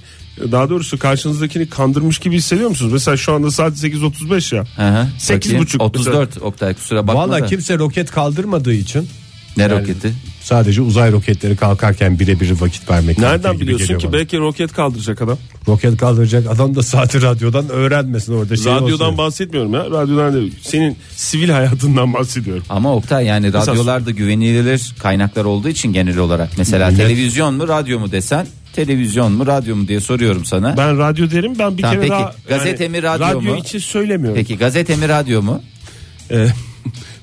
E: daha doğrusu karşınızdakini kandırmış gibi hissediyor musunuz? Mesela şu anda saat 8.35 ya.
D: Hı hı.
E: Sekiz
D: Bakayım.
E: buçuk.
D: 34 Oktay kusura bakma
C: Valla
D: da.
C: kimse roket kaldırmadığı için
D: Ne roketi?
C: sadece uzay roketleri kalkarken birebir vakit vermek. gerekir
E: Nereden
C: gibi
E: biliyorsun
C: geliyor
E: ki
C: bana.
E: belki roket kaldıracak adam.
C: Roket kaldıracak adam da saati radyodan öğrenmesin orada. Şey
E: Radyodan
C: olsun.
E: bahsetmiyorum ya. Radyodan değil. Senin sivil hayatından bahsediyorum.
D: Ama Oktay yani radyolar da güvenilir kaynaklar olduğu için genel olarak. Mesela televizyon mu radyo mu desen televizyon mu radyo mu diye soruyorum sana.
E: Ben radyo derim ben bir
D: Tamam,
E: kere
D: peki.
E: daha
D: Gazete mi, radyo mu?
E: için söylemiyorum.
D: Peki gazete mi radyo mu?
E: Ee,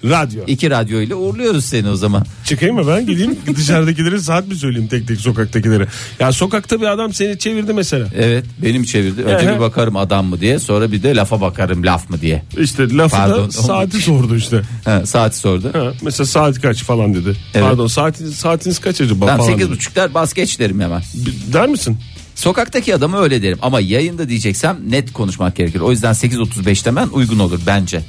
E: radyo.
D: İki radyo ile uğurluyoruz seni o zaman.
E: Çıkayım mı ben gideyim dışarıdakilere saat mi söyleyeyim tek tek sokaktakilere. Ya sokakta bir adam seni çevirdi mesela.
D: Evet benim çevirdi. Önce
E: Ehe.
D: bir bakarım adam mı diye sonra bir de lafa bakarım laf mı diye.
E: İşte lafı
D: Pardon.
E: da saati sordu işte.
D: Ha, saati sordu.
E: Ha, mesela saat kaç falan dedi.
D: Evet.
E: Pardon saatiniz, saatiniz kaç acaba
D: Tamam
E: falan
D: sekiz
E: dedi.
D: buçuklar bas geç derim hemen.
E: Bir- Der misin?
D: Sokaktaki adamı öyle derim ama yayında diyeceksem net konuşmak gerekir. O yüzden 8.35 demen uygun olur bence.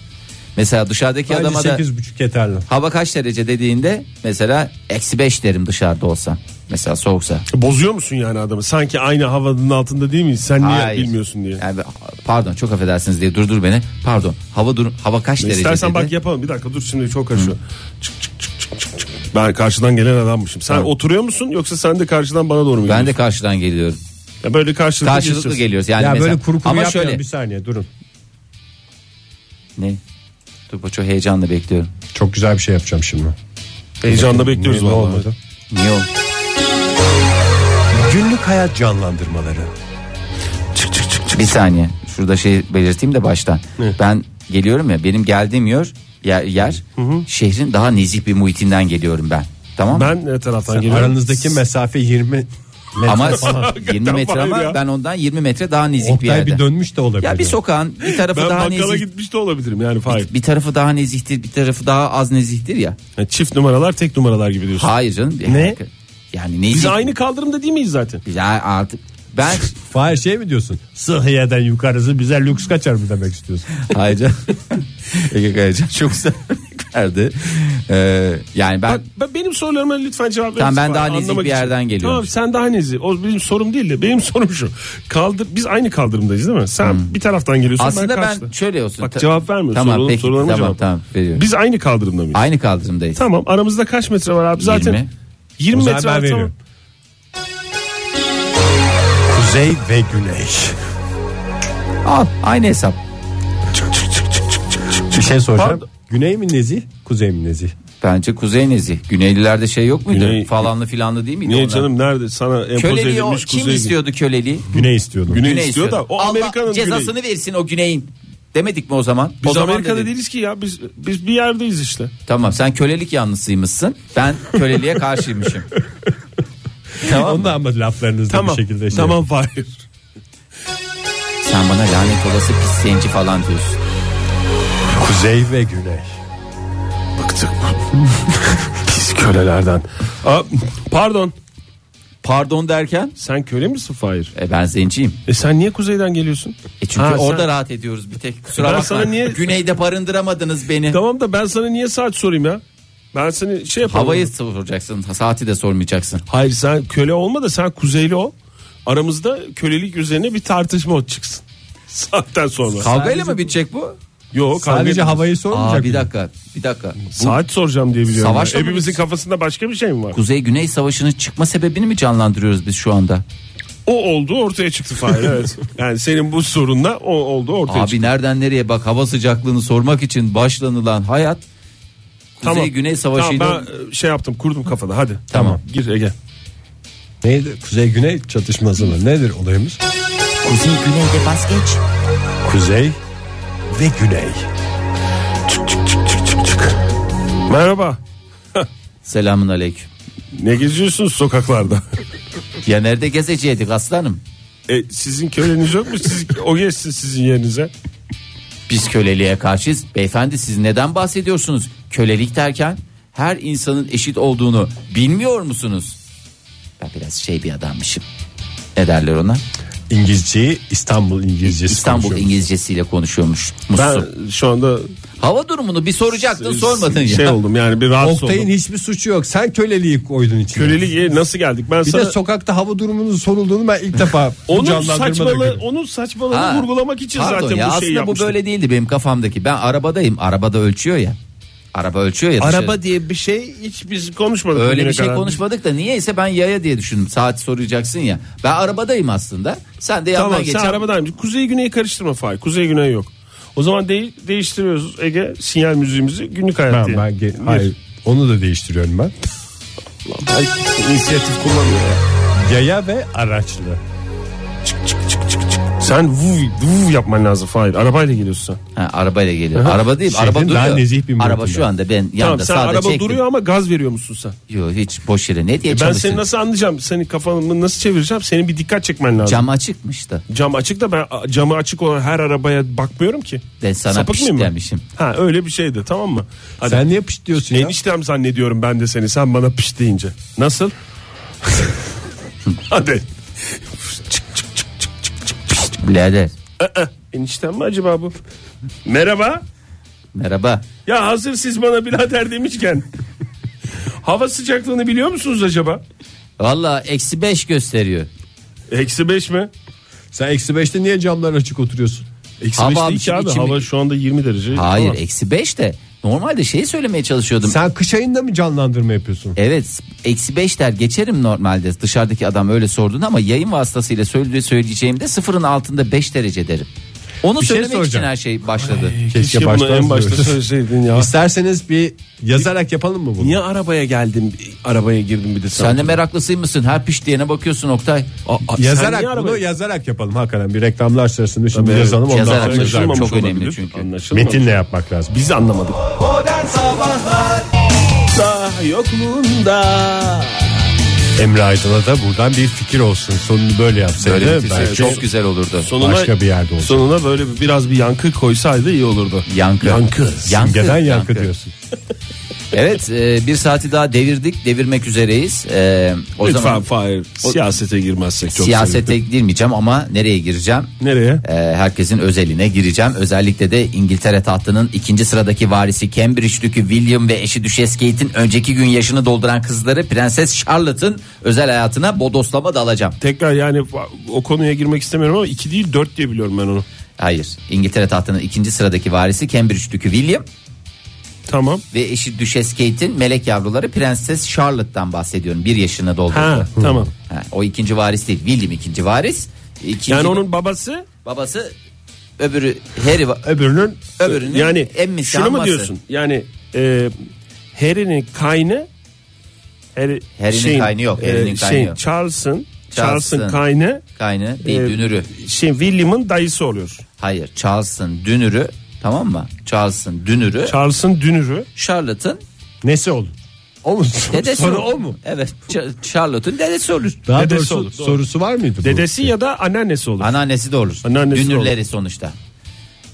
D: Mesela dışarıdaki
C: Bence
D: adama da
C: 8.30 yeterli.
D: hava kaç derece dediğinde mesela eksi 5 derim dışarıda olsa. Mesela soğuksa.
E: Bozuyor musun yani adamı? Sanki aynı havanın altında değil miyiz? Sen niye
D: Hayır.
E: bilmiyorsun diye.
D: Yani, pardon çok affedersiniz diye durdur beni. Pardon hava dur hava kaç derece dedi.
E: İstersen bak yapalım. Bir dakika dur şimdi çok karışıyor. Çık çık çık çık çık. çık. Ben karşıdan gelen adammışım. Sen oturuyor musun yoksa sen de karşıdan bana doğru
D: ben
E: mu
D: de
E: geliyorsun?
D: karşıdan geliyorum.
E: Ya böyle karşılıklı,
D: Karşılıklı
E: geçeceğiz.
D: geliyoruz yani
C: ya
D: mesela.
C: böyle kuru kuru
D: ama
C: yapmayalım
D: şöyle
C: bir saniye durun.
D: ne? Dur bu çok heyecanla bekliyorum.
C: Çok güzel bir şey yapacağım şimdi.
E: Heyecanla bekliyoruz.
C: Ne
E: vallahi.
C: olmadı?
D: Niye o?
C: Günlük hayat canlandırmaları.
E: Çık çık çık çık.
D: Bir saniye. Şurada şey belirteyim de baştan. Ben geliyorum ya benim geldiğim yer yer, yer, şehrin daha nezih bir muhitinden geliyorum ben. Tamam mı?
E: Ben ne taraftan geliyorum?
C: Aranızdaki mesafe 20 metre
D: ama
C: falan.
D: 20 metre
E: hayır
D: ama
E: ya.
D: ben ondan 20 metre daha nezih bir
C: Oktay
D: yerde.
C: bir dönmüş de olabilir.
D: ya bir sokağın bir tarafı
E: Ben
D: daha
E: bakkala
D: nezih.
E: gitmiş de olabilirim yani Fahir.
D: Bir tarafı daha nezihtir, bir tarafı daha az nezihtir ya.
E: Yani çift numaralar tek numaralar gibi diyorsun.
D: Hayır canım.
E: Ne?
D: Yani nezih.
E: Biz aynı kaldırımda değil miyiz zaten?
D: Ya artık ben
C: Fahir şey mi diyorsun? Sıhhiye'den yukarısı bize lüks kaçar mı demek istiyorsun?
D: Hayır canım. Ege Kayacan çok güzel örnek verdi. Ee, yani ben
E: Bak, ben benim sorularıma lütfen cevap verin.
D: Tamam, ben daha nezih bir yerden geliyorum.
E: Tamam sen daha nezih. O benim sorum değil de benim sorum şu. Kaldır biz aynı kaldırımdayız değil mi? Sen bir taraftan geliyorsun
D: Hmm. Aslında
E: ben
D: ben,
E: karşıda.
D: şöyle olsun.
E: Bak
D: Ta-
E: cevap vermiyor.
D: Tamam
E: Sorunun-
D: peki
E: sorularıma
D: tamam
E: cevap.
D: tamam veriyorum.
E: Biz aynı kaldırımda mıyız?
D: Aynı kaldırımdayız.
E: Tamam aramızda kaç metre var abi zaten?
D: 20.
E: 20,
C: O zaman
E: metre
C: ben
E: var tamam.
C: veriyorum. Kuzey ve güney.
D: Al aynı hesap.
C: Bir şey soracağım.
E: Pardon.
C: Güney mi nezih, kuzey mi nezih?
D: Bence Kuzey Nezih. Güneylilerde şey yok muydu?
E: Güney-
D: Falanlı filanlı değil miydi?
E: Niye
D: onlar?
E: canım nerede sana empoze
D: Köleliği o,
E: edilmiş
D: kim
E: kuzey gibi.
D: istiyordu köleliği?
C: Güney istiyordum.
E: Güney istiyor da o
D: Allah
E: Amerika'nın
D: cezasını
E: güneyi.
D: versin o güneyin. Demedik mi o zaman? o
E: Biz
D: zaman
E: Amerika'da
D: dedik.
E: değiliz ki ya biz biz bir yerdeyiz işte.
D: Tamam sen kölelik yanlısıymışsın. Ben köleliğe karşıymışım. Tamam.
C: Onu da ama laflarınızda
E: Tamam.
C: bir şekilde. şey
E: tamam Fahir.
D: Sen bana lanet olası pis zenci falan diyorsun.
C: yapın. Kuzey ve güney.
E: Bıktık mı? Pis kölelerden. Aa, pardon.
D: Pardon derken
E: Sen köle misin Fahir?
D: e, ben zenciyim.
E: E sen niye kuzeyden geliyorsun?
D: E çünkü
E: Ha, sen-
D: orada rahat ediyoruz bir tek. Kusura
E: Ben
D: bakma.
E: sana niye-
D: Güneyde barındıramadınız beni.
E: Tamam da ben sana niye saat sorayım ya? Ben seni şey yapalım.
D: Havayı soracaksın. Saati de sormayacaksın.
E: Hayır sen köle olma da sen kuzeyli ol. Aramızda kölelik üzerine bir tartışma o çıksın. Saatten sonra.
D: Kavgayla mı bitecek bu?
E: Yok kavga
C: Sadece
E: etmez.
C: havayı sormayacak.
D: Aa, bir
C: mıyım?
D: dakika. Bir dakika. Bu
E: Saat soracağım diye biliyorum.
D: Savaşla
E: ben.
D: mı
E: Hepimizin
D: biz-
E: kafasında başka bir şey mi var?
D: Kuzey Güney Savaşı'nın çıkma sebebini mi canlandırıyoruz biz şu anda?
E: O oldu ortaya çıktı Fahir evet. Yani senin bu sorunla o oldu ortaya
D: Abi
E: çıktı.
D: nereden nereye bak hava sıcaklığını sormak için başlanılan hayat Kuzey Güney Savaşı'yla
E: Tamam ben e, şey yaptım kurdum kafada hadi.
D: Tamam.
E: Gir Ege.
C: Neydi? Kuzey güney çatışması mı? Nedir olayımız?
F: Kuzey güneyde vazgeç.
C: Kuzey ve güney.
E: Merhaba.
D: selamun aleyküm.
E: Ne geziyorsunuz sokaklarda?
D: Ya nerede gezeceydik aslanım?
E: E, sizin köleniz yok mu? Siz, o geçsin sizin yerinize.
D: Biz köleliğe karşıyız. Beyefendi siz neden bahsediyorsunuz? Kölelik derken her insanın eşit olduğunu bilmiyor musunuz? Ben biraz şey bir adammışım. Ne derler ona?
C: İngilizceyi İstanbul İngilizcesi
D: İstanbul
C: konuşuyoruz.
D: İngilizcesiyle konuşuyormuş.
E: Ben
D: Musu.
E: şu anda
D: Hava durumunu bir soracaktın sormadın
E: şey
D: ya.
E: oldum yani bir rahatsız
C: Oktay'ın
E: oldum.
C: hiçbir suçu yok. Sen köleliği koydun içine.
E: Köleliğe nasıl geldik? Ben
C: Bir
E: sana
C: de sokakta hava durumunun sorulduğunu ben ilk defa bu
E: onun
C: canlandırmada
E: saçmalığı,
C: görüyorum.
E: onun saçmalığını
D: Ha,
E: vurgulamak için
D: pardon
E: zaten
D: ya,
E: bu şeyi
D: aslında bu
E: yapmıştım.
D: böyle değildi benim kafamdaki. Ben arabadayım. Arabada ölçüyor ya. Araba ölçüyor ya. dışarı.
E: Araba diye bir şey hiç biz konuşmadık.
D: Öyle
E: bugüne
D: bir şey
E: kadar.
D: konuşmadık da niyeyse ben yaya diye düşündüm. Saat soracaksın ya. Ben arabadayım aslında. Sen de yandan
E: Tamam
D: geçen.
E: sen arabadan kuzey güneyi karıştırma Fahir. Kuzey güney yok. O zaman değil, değiştiriyoruz Ege sinyal müziğimizi günlük hayat
C: Ben,
E: diye.
C: ben ge-
E: Bir.
C: hayır, onu da değiştiriyorum ben.
E: Ay, inisiyatif kullanıyor. ya.
C: Yaya ve araçlı.
E: Çık çık çık çık çık. Sen vuv vuv yapman lazım Fahir. Arabayla geliyorsun sen.
D: Ha, arabayla geliyor. Araba değil
C: Şeyden
D: araba
C: daha
D: duruyor.
C: nezih bir
D: araba
C: muhabbet
D: şu
C: ben.
D: anda ben yanda
E: Tamam sen
D: sağda
E: araba
D: çektim.
E: duruyor ama gaz veriyor musun sen?
D: Yok hiç boş yere ne diye
E: Ben
D: çalıştın?
E: seni nasıl anlayacağım? Senin kafanı nasıl çevireceğim? Senin bir dikkat çekmen lazım. Cam,
D: Cam açıkmış da.
E: açık da ben a- camı açık olan her arabaya bakmıyorum ki.
D: Ben sana pişt
E: mıyım ben?
D: demişim.
E: Ha öyle bir şeydi tamam mı? Hadi.
C: Sen niye piş diyorsun ya?
E: Eniştem zannediyorum ben de seni. Sen bana piş deyince. Nasıl? Hadi.
D: Birader
E: Ee, Eniştem mi acaba bu? Merhaba.
D: merhaba.
E: Ya hazır siz bana birader demişken. Hava sıcaklığını biliyor musunuz acaba?
D: Valla eksi beş gösteriyor.
E: Eksi 5 mi?
C: Sen eksi beşte niye camlar açık oturuyorsun?
E: Eksi
D: Hava
E: 5
D: abi
E: değil ki
D: şimdi
E: abi.
D: içimi-
E: Hava şu anda 20 derece.
D: Hayır e,
E: Tamam.
D: eksi beş de normalde şeyi söylemeye çalışıyordum.
C: Sen kış ayında mı canlandırma yapıyorsun?
D: Evet eksi 5 der geçerim normalde dışarıdaki adam öyle sorduğunda ama yayın vasıtasıyla söylediği söyleyeceğimde sıfırın altında 5 derece derim. Onu
C: Bir şey
D: söylemek için
C: soracağım.
D: her şey başladı.
E: Keşke bunu en başta
C: söyleseydim.
E: söyleseydin ya.
C: İsterseniz bir yazarak yapalım mı bunu?
E: Niye arabaya geldim? Arabaya girdim bir de sen.
D: Sen de meraklısın mısın? Her piş diyene bakıyorsun Oktay.
E: Aa, aa, sen
C: Yazarak
E: niye
C: bunu
E: arabaya-
C: yazarak yapalım hakikaten bir reklamlar sırasında şimdi
E: Evet.
C: yazalım ondan
D: Yazarak
C: sonra
D: yazalım.
C: yazarız.
D: çok önemli
E: olabilir.
D: çünkü.
E: Anlaşılmadı.
C: Metinle yapmak lazım.
E: Biz anlamadık.
B: Modern Sabahlar
E: Da yokluğunda.
C: Emre Aydın'a da buradan bir fikir olsun. Sonunu böyle yapsaydı
D: Böyle bitirse
C: belki
D: çok güzel olurdu.
E: Sonuna,
C: Başka bir yerde olacak.
E: Sonuna böyle bir- biraz bir yankı koysaydı iyi olurdu.
D: Yankı.
C: yankı. Simgeden yankı,
D: yankı.
C: diyorsun.
D: Evet e, bir saati daha devirdik devirmek üzereyiz. E, o
E: Lütfen
D: zaman
E: Fahir siyasete girmezsek çok
D: siyasete
E: sevinirim.
D: girmeyeceğim ama nereye gireceğim?
E: Nereye?
D: E, herkesin özeline gireceğim. Özellikle de İngiltere tahtının ikinci sıradaki varisi Cambridge Dükü William ve eşi Düşes Kate'in önceki gün yaşını dolduran kızları Prenses Charlotte'ın özel hayatına bodoslama dalacağım.
E: Tekrar yani fa- o konuya girmek istemiyorum ama 2 değil 4 diye biliyorum ben onu.
D: Hayır İngiltere tahtının ikinci sıradaki varisi Cambridge Dükü William
E: Tamam.
D: ve eşi Düşes Kate'in melek yavruları Prenses Charlotte'dan bahsediyorum. Bir yaşını doldurdu.
E: Ha, tamam.
D: Ha, o ikinci varis değil William ikinci varis. İkinci
E: Yani onun babası
D: babası öbürü Harry va-
E: öbürünün
D: Öbürünün
E: yani
D: emmisi,
E: şunu mu
D: amması.
E: diyorsun? Yani e, Harry'nin kaynı Harry, e,
D: Harry'nin kaynı yok, Harry'nin kaynı
E: şeyin,
D: yok.
E: Charles'ın
D: Charles'ın.
E: Charles'ın kaynı
D: kaynı değil
E: e,
D: dünürü.
E: Şey William'ın dayısı oluyor.
D: Hayır Charles'ın dünürü tamam mı? Charles'ın dünürü
E: Charles'ın dünürü.
D: Charlotte'ın
C: Nesi oldu? O mu? Soru o mu?
D: Evet. Ç- Charlotte'un dedesi olur.
C: Daha
E: Dedesi
C: doğrusu
E: olur, doğru.
C: sorusu var mıydı? bu?
E: Dedesi ya da anneannesi olur.
D: Anneannesi de olur.
E: Anneannesi de
D: Dünürleri sonuçta.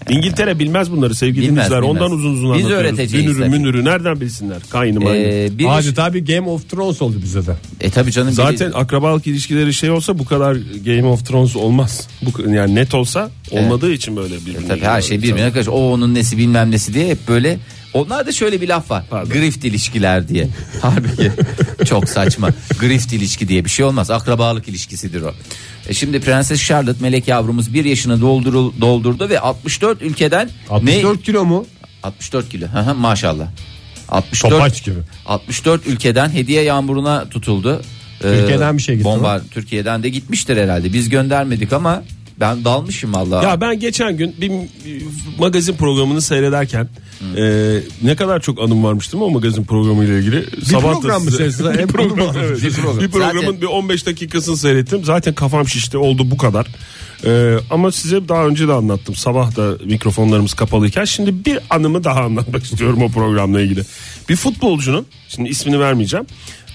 E: İngiltere bilmez bunları sevgili
D: Bilmez,
E: dinleyiciler.
D: bilmez.
E: Ondan uzun uzun
D: Biz
E: anlatıyoruz.
D: öğreteceğiz
E: Dünürü
D: tabii.
E: münürü nereden bilsinler? Kaynı maynı.
D: Ee, bir
C: Adeta bir Game of Thrones oldu bize de.
D: E tabii canım. biri-
E: Zaten akrabalık ilişkileri şey olsa bu kadar Game of Thrones olmaz. Bu yani net olsa olmadığı için böyle birbirine.
D: Tabii her şey birbirine karışıyor. O onun nesi bilmem nesi diye hep böyle. Onlar da şöyle bir laf var.
E: Pardon.
D: Grift ilişkiler diye. Halbuki çok saçma. Grift ilişki diye bir şey olmaz. Akrabalık ilişkisidir o. E şimdi Prenses Charlotte melek yavrumuz bir yaşını doldurul, doldurdu ve 64 ülkeden
C: 64 kilo mu?
D: ne? 64 kilo. Hı hı, Maşallah. 64
C: Topaç gibi.
D: 64 ülkeden hediye yağmuruna tutuldu. Ee,
C: Türkiye'den bir şey gitti
D: Bomba Türkiye'den de gitmiştir herhalde. Biz göndermedik ama ben dalmışım vallahi.
E: Ya ben geçen gün bir m- magazin programını seyrederken e, ne kadar çok anım varmış değil mi o magazin programıyla ilgili? Bir
C: program mı seyrettin?
E: bir,
C: Hep
E: program,
C: program.
E: evet.
D: Bir program.
E: bir programın
D: Zaten-
E: bir 15 dakikasını seyrettim. Zaten kafam şişti oldu bu kadar. E, ama size daha önce de anlattım. Sabah da mikrofonlarımız kapalıyken şimdi bir anımı daha anlatmak istiyorum o programla ilgili. Bir futbolcunun şimdi ismini vermeyeceğim.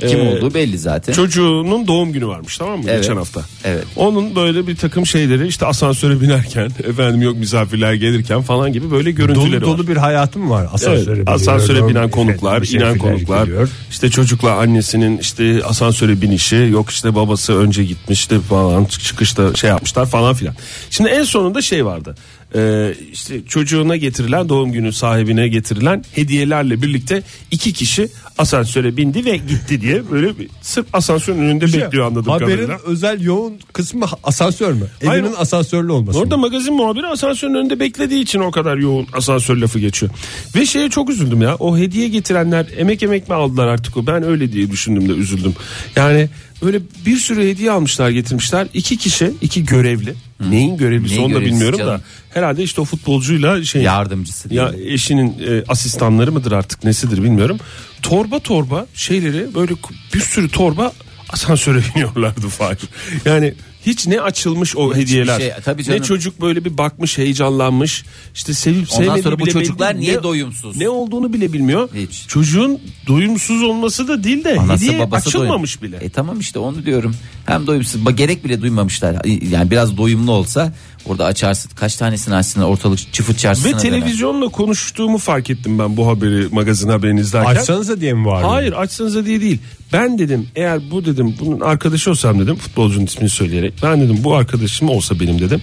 D: Kim
E: E,
D: olduğu belli zaten.
E: Çocuğunun doğum günü varmış tamam mı
D: Evet.
E: geçen hafta.
D: Evet.
E: Onun böyle bir takım şeyleri işte asansöre binerken efendim yok misafirler gelirken falan gibi böyle görüntüleri
C: Dolu
E: var.
C: dolu bir hayatım var.
E: Evet,
C: Asansöre, biniyorum. şey
E: asansöre binen konuklar,
C: Efendim,
E: inen
C: misafirler
E: konuklar,
C: geliyor.
E: işte çocukla annesinin işte asansöre binişi, yok işte babası önce gitmişti falan çık- çıkışta şey yapmışlar falan filan. Şimdi en sonunda şey vardı. Ee, işte çocuğuna getirilen doğum günü sahibine getirilen hediyelerle birlikte iki kişi asansöre bindi ve gitti diye böyle bir, sırf asansörün önünde bekliyor anladığım
C: şey Haberin
E: kadarıyla.
C: özel yoğun kısmı asansör mü?
E: Hayır,
C: Evinin asansörlü olması.
E: Orada
C: mı?
E: magazin muhabiri asansörün önünde beklediği için o kadar yoğun asansör lafı geçiyor. Ve şeye çok üzüldüm ya. O hediye getirenler emek emek mi aldılar artık o? Ben öyle diye düşündüm de üzüldüm. Yani böyle bir sürü hediye almışlar getirmişler. İki kişi, iki görevli. Neyin görevlisi
D: Neyin
E: onu da
D: görevlisi
E: bilmiyorum
D: canım?
E: da. Herhalde işte o futbolcuyla şey
D: Yardımcısı diye.
E: ya eşinin e, asistanları mıdır artık nesidir bilmiyorum. Torba torba şeyleri böyle k- bir sürü torba asansöre biniyorlardı Fahir. Yani hiç ne açılmış o hediyeler.
D: şey, tabii
E: ne
D: canım.
E: çocuk böyle bir bakmış heyecanlanmış. İşte sevip
D: Ondan
E: sevmediği
D: sonra bu
E: bile belli
D: çocuklar
E: değil.
D: niye
E: ne,
D: doyumsuz?
E: Ne olduğunu bile bilmiyor.
D: Hiç.
E: Çocuğun doyumsuz olması da değil de
D: Anası
E: e, hediye
D: babası
E: açılmamış
D: doyum-
E: bile.
D: E tamam işte onu diyorum. Hem doyumsuz ba- gerek bile duymamışlar. Yani biraz doyumlu olsa orada açarsın kaç tanesini açsın ortalık çıfıt çarşısına.
E: Ve
D: döner.
E: televizyonla konuştuğumu fark ettim ben bu haberi magazin haberini izlerken.
C: Açsanıza diye mi var?
E: Hayır açsanıza diye değil. Ben dedim eğer bu dedim bunun arkadaşı olsam dedim futbolcunun ismini söyleyerek. Ben dedim bu arkadaşım olsa benim dedim.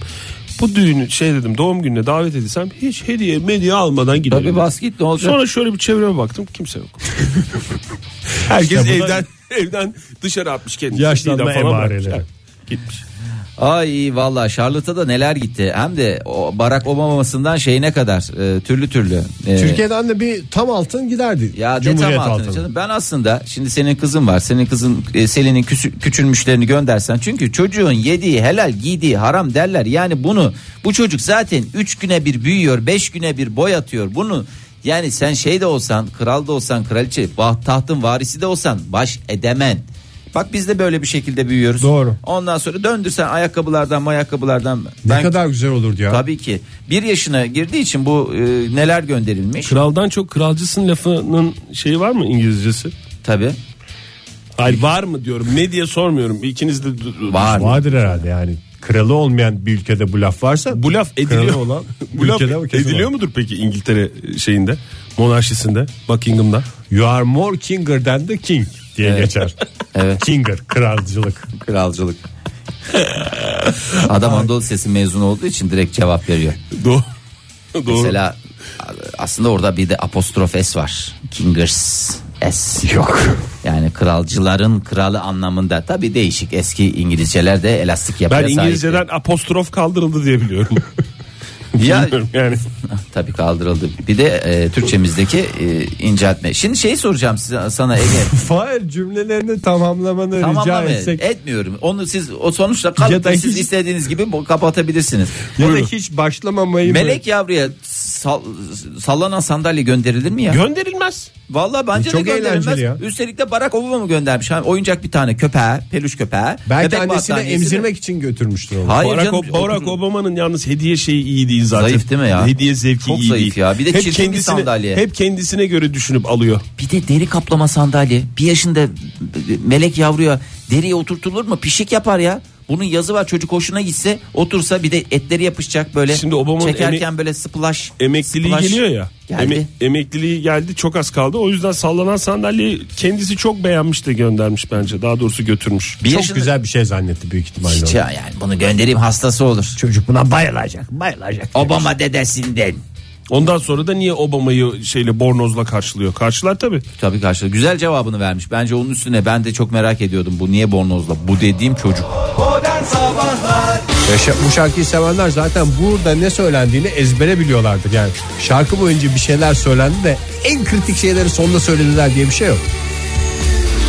E: Bu düğünü şey dedim doğum gününe davet edilsem hiç hediye medya almadan giderim.
D: Tabii
E: dedim.
D: bas git, ne olacak?
E: Sonra şöyle bir çevreme baktım kimse yok. Herkes
C: İşte bu da-
E: evden evden dışarı atmış kendini.
C: Yaşlanma
E: Cidden falan
C: emareleri.
E: bırakmışlar. Gitmiş.
D: Ay vallahi Charlotte'a da neler gitti. Hem de o Barack Obama'sından şeyine kadar e, türlü türlü. E,
C: Türkiye'den de bir tam altın giderdi.
D: Ya
C: Cumhuriyet
D: detam altını
C: altını.
D: canım. Ben aslında şimdi senin kızın var. Senin kızın e, Selin'in küsü- küçülmüşlerini göndersen. Çünkü çocuğun yediği helal giydiği haram derler. Yani bunu bu çocuk zaten 3 güne bir büyüyor. 5 güne bir boy atıyor. Bunu yani sen şey de olsan kral da olsan kraliçe bah- tahtın varisi de olsan baş edemen. Bak biz de böyle bir şekilde büyüyoruz.
C: Doğru.
D: Ondan sonra döndürsen ayakkabılardan mayakkabılardan.
C: Ne kadar güzel olurdu ya.
D: Tabii ki. Bir yaşına girdiği için bu e, neler gönderilmiş.
E: Kraldan çok kralcısın lafının şeyi var mı İngilizcesi?
D: Tabii.
E: Hayır var mı diyorum. Ne diye sormuyorum. İkiniz de
D: Var.
C: Vardır herhalde yani. Kralı olmayan bir ülkede bu laf varsa
E: Bu laf ediliyor
C: kralı olan
E: bu laf
C: ülkede bu kesin
E: ediliyor
C: var.
E: mudur peki İngiltere şeyinde? Monarşisinde, Buckingham'da.
C: You are more kinger than the king diye geçer.
D: Evet.
C: Kinger kralcılık.
D: Kralcılık. Adam Anadolu Sesi mezunu olduğu için direkt cevap veriyor.
E: Doğru. Doğru.
D: Mesela aslında orada bir de apostrof S var. Kingers S. Yok. Yani kralcıların kralı anlamında tabi değişik. Eski İngilizcelerde elastik yapıya
E: ben İngilizceden
D: sahipti.
E: apostrof kaldırıldı diye biliyorum.
D: Ya,
E: Bilmiyorum yani.
D: tabii kaldırıldı. Bir de e, Türkçemizdeki e, inceltme. Şimdi şey soracağım size, sana Ege.
C: Fail cümlelerini tamamlamanı rica
D: Tamam mı?
C: etsek.
D: Etmiyorum. Onu siz o sonuçta
C: Ya
D: kalıp
C: da
D: siz
C: hiç-
D: istediğiniz gibi bu- kapatabilirsiniz.
C: ya da
D: Buyurun.
C: hiç başlamamayı
D: Melek yavruya sal- sallanan sandalye gönderilir mi ya?
E: Gönderilmez. E,
D: Vallahi bence
C: Çok
D: de gönderilmez.
C: eğlenceli ya.
D: Üstelik de Barack Obama mı göndermiş? Hani oyuncak bir tane köpeğe, peluş köpeğe.
C: Belki
D: bebek
C: annesini
D: battaniyesi
C: emzirmek için götürmüştür onu.
D: Hayır
E: Barack,
D: canım,
E: Ob- Barack
D: oturur.
E: Obama'nın yalnız hediye şeyi iyi değil zaten.
D: Zayıf değil mi ya?
E: Hediye zevki
D: Çok
E: iyi
D: zayıf
E: değil.
D: ya. Bir de çirkin bir sandalye.
E: Hep kendisine göre düşünüp alıyor.
D: Bir de deri kaplama sandalye. Bir yaşında melek yavruya deriye oturtulur mu? Pişik yapar ya. Bunun yazı var çocuk hoşuna gitse otursa bir de etleri yapışacak böyle.
E: Şimdi Obama'nın
D: çekerken böyle splash.
E: Emekliliği
D: splash
E: geliyor ya.
D: Geldi.
E: Eme- emekliliği geldi çok az kaldı. O yüzden sallanan sandalyeyi kendisi çok beğenmiş de göndermiş bence. Daha doğrusu götürmüş.
D: bir
C: Çok
D: yaşında-
C: güzel bir şey zannetti büyük ihtimalle.
D: Hiç
C: onu.
D: ya yani bunu göndereyim hastası olur.
G: Çocuk buna bayılacak bayılacak.
D: Obama dedesinden.
E: Ondan sonra da niye Obama'yı şeyle bornozla karşılıyor? Karşılar tabii.
D: Tabii karşıladı. Güzel cevabını vermiş. Bence onun üstüne ben de çok merak ediyordum. Bu niye bornozla? Bu dediğim çocuk.
B: Modern Sabahlar
C: Yaşa- bu şarkıyı sevenler zaten burada ne söylendiğini ezbere biliyorlardı. Yani şarkı boyunca bir şeyler söylendi de en kritik şeyleri sonda söylediler diye bir şey yok.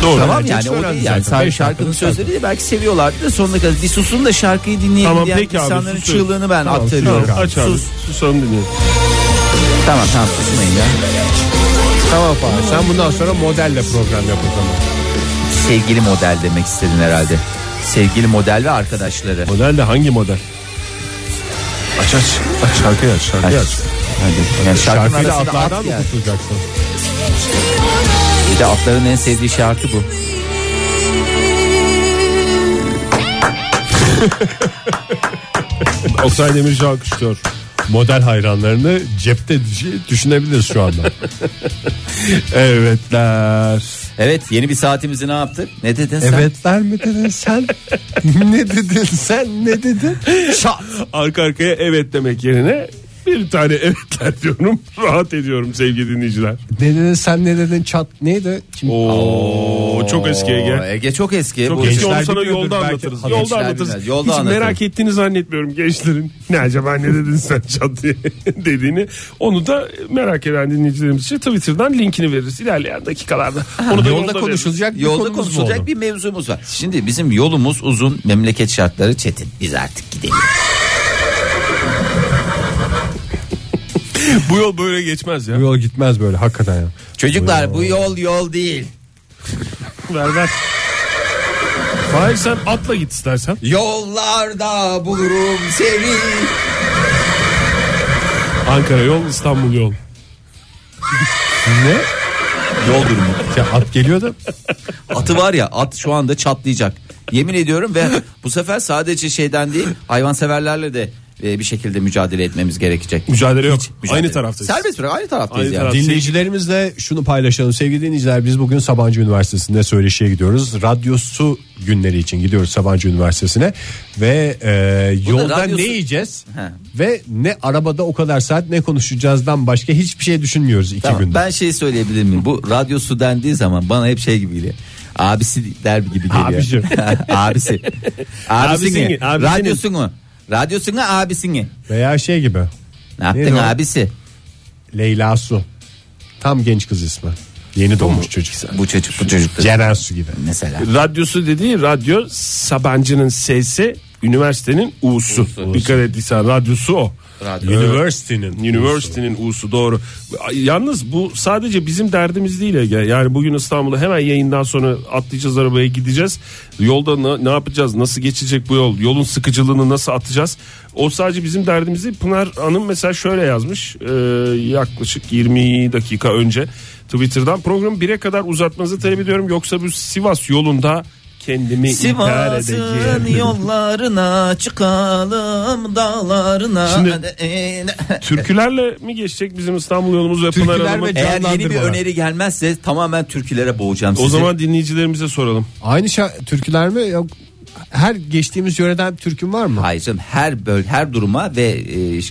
E: Doğru.
D: Tamam
C: Evet,
D: yani
C: hiç
D: o
C: önemli
D: değil yani.
C: zaten.
D: Sadece
C: Beş
D: şarkının
C: şarkının
D: sözleri de belki seviyorlardı da sonuna kadar. Bir susun da şarkıyı dinleyelim
E: Tamam,
D: diyen
E: peki abi,
D: insanların
E: susuyorum.
D: çığlığını ben
C: Tamam,
D: aktarıyorum.
C: susuyorum
E: Aç abi.
D: Sus.
E: Susalım dinleyelim.
D: Tamam tamam susmayın ya.
C: Tamam Fahir sen bundan sonra modelle program yap o zaman.
D: Sevgili model demek istedin herhalde. Sevgili model ve arkadaşları.
E: Model de hangi model? Aç aç. Aç şarkıyı aç. Şarkıyı aç.
D: Hadi. Yani şarkının
C: Şarkıyla
D: arasında
C: atlardan
D: at
C: mı
D: yani.
C: kurtulacaksın?
D: Bir de atların en sevdiği şarkı bu.
E: Oktay Demirci alkışlıyor.
C: Model hayranlarını cepte düşünebiliriz şu anda. Evetler.
D: Evet yeni bir saatimizi ne yaptık? Ne dedin sen?
C: Evetler mi dedin sen? ne dedin sen? Ne dedin?
D: Şat.
E: Arka arkaya evet demek yerine bir tane evetler diyorum. Rahat ediyorum sevgili dinleyiciler.
C: Ne dedin sen ne dedin çat neydi? Şimdi
E: Oo, çok eski
D: Oo,
E: Ege.
D: Ege çok eski.
E: Çok
D: Bu-
E: eski onu sana
C: bilmiyordur
E: yolda
C: belki.
E: anlatırız.
C: Gençler
E: Yolda anlatırız.
D: bilmez, yolda
E: Hiç
D: anlatırım.
E: merak ettiğini zannetmiyorum gençlerin. Ne acaba ne dedin sen çat diye dediğini. Onu da merak eden dinleyicilerimiz için Twitter'dan linkini veririz ilerleyen dakikalarda. Onu da
C: yolda
E: veririz.
C: konuşulacak bir
D: Yolda
C: konumuz mu
D: konuşulacak
C: oldu?
D: bir mevzumuz var. Şimdi bizim yolumuz uzun, memleket şartları çetin. Biz artık gidelim.
E: Bu yol böyle geçmez ya.
C: Bu yol gitmez böyle hakikaten ya.
D: Çocuklar bu yol yol değil.
E: Ver ver. Hayır sen atla git istersen.
D: Yollarda bulurum seni.
E: Ankara yol İstanbul yol.
C: Ne?
D: Yol durumu.
C: Ya at geliyor da
D: Atı var ya at şu anda çatlayacak. Yemin ediyorum ve bu sefer sadece şeyden değil hayvanseverlerle de e, bir şekilde mücadele etmemiz gerekecek.
E: Mücadele yok.
D: Mücadele.
E: Aynı taraftayız.
D: Serbest bırak aynı taraftayız
E: Aynı
D: yani.
E: taraf-
C: Dinleyicilerimizle şunu paylaşalım. Sevgili dinleyiciler biz bugün Sabancı Üniversitesi'nde söyleşiye gidiyoruz. Radyosu günleri için gidiyoruz Sabancı Üniversitesi'ne. Ve e, yolda
D: radyosu-
C: ne yiyeceğiz
D: He.
C: ve ne arabada o kadar saat ne konuşacağızdan başka hiçbir şey düşünmüyoruz iki
D: Tamam,
C: günde.
D: ben şey söyleyebilir miyim? Bu radyosu dendiği zaman bana hep şey gibi geliyor. Abisi der gibi geliyor.
C: Abisi.
D: abisi. Abisini.
E: Abisini, abisini.
D: Radyosunu. Radyosunu abisini.
C: Veya şey gibi
D: Ne yaptın
C: Neydi o?
D: abisi?
C: Leyla Su. Tam genç kız ismi. Yeni doğmuş çocuk.
D: Bu çocuk bu çocuktur.
C: Ceren Su gibi.
D: Mesela.
E: Radyosu dediği radyo Sabancı'nın S'si üniversitenin U'su. Dikkat ettiysen radyosu o.
D: Ee,
C: University'nin.
E: Üniversitenin U'su doğru. Yalnız bu sadece bizim derdimiz değil Ege. Yani bugün İstanbul'a hemen yayından sonra atlayacağız arabaya gideceğiz. Yolda ne, ne yapacağız? Nasıl geçecek bu yol? Yolun sıkıcılığını nasıl atacağız? O sadece bizim derdimiz değil. Pınar Hanım mesela şöyle yazmış. e, yaklaşık 20 dakika önce Twitter'dan programı 1'e kadar uzatmanızı talep ediyorum. Yoksa bu Sivas yolunda kendimi intihar
D: Sivas'ın
E: edeceğim.
D: yollarına çıkalım dağlarına. e,
E: Şimdi- Türkülerle mi geçecek bizim İstanbul yolumuz ve Pınar
C: Türküler
E: Hanım'ın?
C: ve
D: Eğer yeni bir
C: Canlandırmalar.
D: öneri gelmezse tamamen türkülere boğacağım sizi.
E: O zaman dinleyicilerimize soralım.
C: Aynı şa- türküler mi? Yok. Her geçtiğimiz yöreden türküm var mı?
D: Hayır canım her böl her duruma ve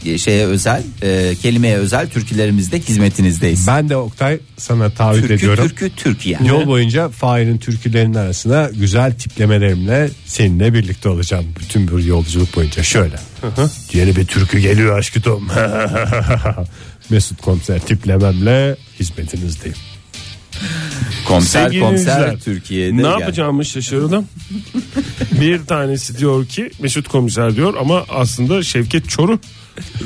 D: e, şeye özel e, kelimeye özel türkülerimizde hizmetinizdeyiz.
C: Ben de Oktay sana taahhüt
D: türkü,
C: ediyorum.
D: türkü Türkiye.
C: Yol boyunca Fahir'in türkülerinin arasına güzel tiplemelerimle seninle birlikte olacağım. Bütün bir yolculuk boyunca şöyle. Yeni bir türkü geliyor aşkım. Mesut konser tiplememle hizmetinizdeyim.
D: Komiser
E: Sevgili
D: komiser
E: dinleyiciler,
D: Türkiye'de.
E: Ne
D: yani.
E: yapacağımı şaşırdım. bir tanesi diyor ki Mesut Komiser diyor ama aslında Şevket Çoruh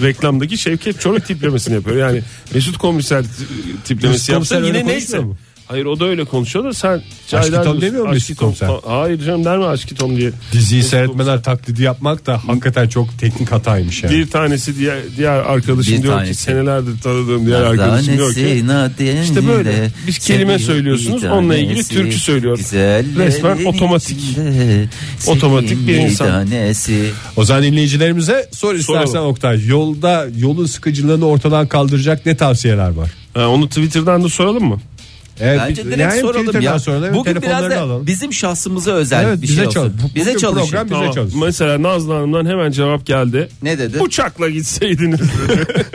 E: reklamdaki Şevket Çoruh tiplemesini yapıyor. Yani Mesut Komiser t- tiplemesi
C: Mesut
E: yapsa
C: Komiser öyle
E: yine
C: konuşmuyor
E: neyse.
C: mu?
E: Hayır o da öyle konuşuyor da sen
C: Aşkitom
E: Çaydar diyorsun.
C: demiyor mu Mesut
E: Aşkitom
C: Komiser?
E: fa- Hayır canım der mi Aşkitom diye.
C: Diziyi
E: Mesut
C: seyretmeler taklidi yapmak da hakikaten çok teknik hataymış yani.
E: Bir tanesi diğer, diğer arkadaşım
D: Bir
E: diyor ki
D: tanesi.
E: senelerdir tanıdığım diğer arkadaşım diyor ki İşte böyle. Bir kelime söylüyorsunuz, onunla ilgili türkü söylüyor. Resmen otomatik. Otomatik bir insan.
C: O zaman dinleyicilerimize sor istersen
E: Soralım.
C: Oktay. Yolda yolun sıkıcılığını ortadan kaldıracak ne tavsiyeler var?
E: Ha, onu Twitter'dan da soralım mı?
C: Evet,
D: Bence
C: bir-
D: direkt
C: yani
D: soralım
C: Twitter'dan
D: ya.
C: soralım, evet,
D: Bugün biraz
C: telefonlarını
D: da
C: alalım.
D: bizim şahsımıza özel
C: Evet,
D: bir
C: bize
D: şey
C: çal-
D: olsun.
C: bu-
D: bize
C: bugün
D: çalışın.
C: program bize-
E: Tamam.
C: çalışsın.
E: Mesela Nazlı Hanım'dan hemen cevap geldi.
D: Ne dedi?
E: Uçakla gitseydiniz.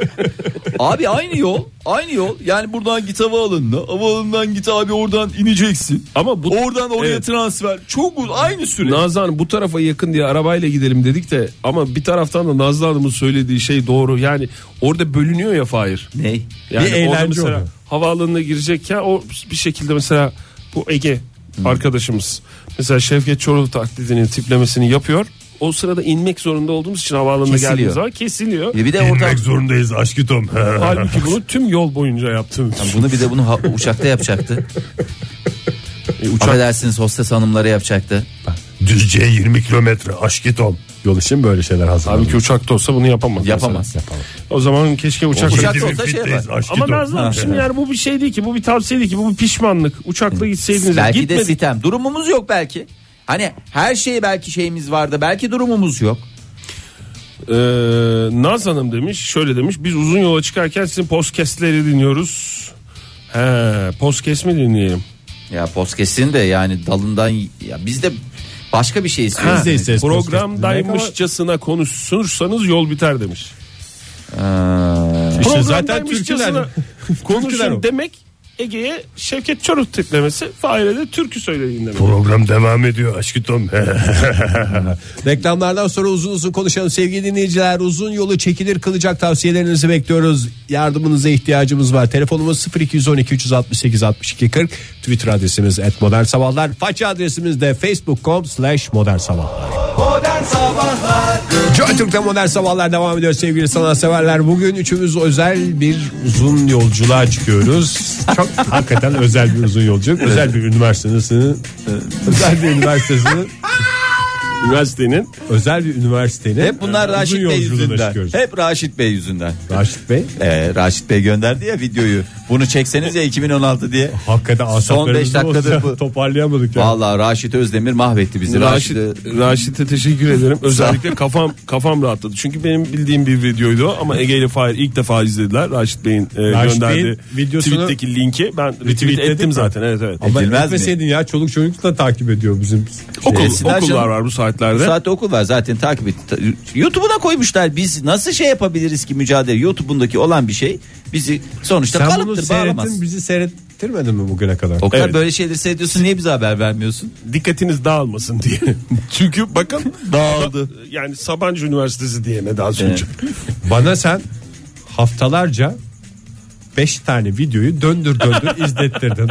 D: Abi aynı yol. Aynı yol. Yani buradan git havaalanına. Havaalanından git abi oradan ineceksin.
E: Ama bu
D: Oradan oraya
E: Evet.
D: transfer. Çok uz- aynı süre.
E: Nazlı Hanım bu tarafa yakın diye arabayla gidelim dedik de ama bir taraftan da Nazlı Hanım'ın söylediği şey doğru. Yani orada bölünüyor ya Fahir.
D: Ney?
E: Yani
C: Bir eğlence
E: orada mesela
C: oluyor.
E: havaalanına girecekken o bir şekilde mesela bu Ege arkadaşımız mesela Şevket Çoruh taklidinin tiplemesini yapıyor. O sırada inmek zorunda olduğumuz için havaalanına
D: Kesiliyor.
E: geldiğimiz zaman kesiliyor.
D: Ya bir de orada
C: zorundayız aşkı Tom.
E: Halbuki bunu tüm yol boyunca yaptım.
D: bunu bir de bunu ha- uçakta yapacaktı.
E: E, uçak
D: Affedersiniz hostes hanımlara yapacaktı.
C: Düzce 20 kilometre aşkı Tom. Yol için böyle şeyler hazırlanıyor.
E: Halbuki uçakta olsa bunu yapamaz.
D: Yapamaz.
E: mesela. O zaman keşke uçakla
D: Uçak-
E: gidip-
D: olsa şey
C: Fitneyiz,
D: yapar.
C: aşkı
E: Ama
C: Tom.
E: Nazlı Hanım
D: Ha.
E: şimdi yani bu bir şey değil ki bu bir tavsiye değil ki bu bir pişmanlık. Uçakla gitseydiniz
D: Belki de
E: gitmedik.
D: sitem. Durumumuz yok belki. Hani her şeye belki şeyimiz vardı. Belki durumumuz yok.
E: Ee, Naz Hanım demiş şöyle demiş biz uzun yola çıkarken sizin podcastleri dinliyoruz. He, podcast mi dinleyelim?
D: Ya podcast'in de yani dalından ya biz de başka bir şey istiyoruz.
C: Biz de isteriz
E: Programdaymışçasına konuşursanız yol biter demiş.
C: İşte Şey, zaten
E: Programdaymışçasına
C: türküler. Türküler o.
E: konuşun demek Ege'ye Şevket Çoruh tiplemesi Fahir'e de türkü söyleyin demek.
C: Program devam ediyor aşkı Tom. Reklamlardan sonra uzun uzun konuşalım sevgili dinleyiciler. Uzun yolu çekilir kılacak tavsiyelerinizi bekliyoruz. Yardımınıza ihtiyacımız var. Telefonumuz 0212 368 62 40. Twitter adresimiz @modernsabahlar. modern sabahlar. Faça adresimiz de facebook.com slash modern sabahlar.
B: Modern Sabahlar
C: Joy Türk'te modern sabahlar devam ediyor sevgili sanatseverler. Bugün üçümüz özel bir uzun yolculuğa çıkıyoruz. Çok hakikaten özel bir uzun yolculuk. Özel bir üniversitesinin özel bir üniversitesinin
E: Üniversitenin
C: özel bir üniversitenin
D: Hep bunlar
C: e, uzun
D: Raşit Bey
C: yolculuğuna
D: yüzünden.
C: çıkıyoruz.
D: Hep Raşit Bey yüzünden.
C: Raşit Bey
D: Ee, Raşit Bey gönderdi ya videoyu. Bunu çekseniz ya 2016 diye.
C: hakikaten asaplarımızı
D: beş dakikadır
C: bozdu.
D: bu-
C: toparlayamadık ya.
D: Vallahi Raşit Özdemir mahvetti bizi.
E: Raşit,
D: Raşit
E: Raşit'e teşekkür ederim. Özellikle kafam kafam rahatladı. Çünkü benim bildiğim bir videoydu o ama Ege ile Fahir ilk defa izlediler. Raşit Bey'in e,
C: Raşit Bey'in
E: gönderdiği
C: videosunu
E: tweet'teki linki ben retweet,
C: retweetledin
E: ettim
C: mi?
E: zaten. Evet evet.
C: Ama
D: edilmez mi?
C: etmeseydin ya çoluk çocuk da takip ediyor bizim.
E: Okul,
D: Etsinler
E: okullar
D: canım.
E: var bu
D: bu
E: saatlerde.
D: saatte okul var zaten takip et. ta- YouTube'una koymuşlar. Biz nasıl şey yapabiliriz ki mücadele? YouTube'undaki olan bir şey bizi sonuçta
C: Sen bunu
D: kalıptır bağlamaz.
C: seyrettin bizi seyrettirmedin mi bugüne kadar?
D: O kadar
E: Evet.
D: böyle şeyleri seyrediyorsun niye bize haber vermiyorsun?
E: Dikkatiniz dağılmasın diye. Çünkü bakın
D: Dağıldı.
E: yani Sabancı Üniversitesi diyene daha önce.
C: Bana sen haftalarca 5 tane videoyu döndür döndür izlettirdin.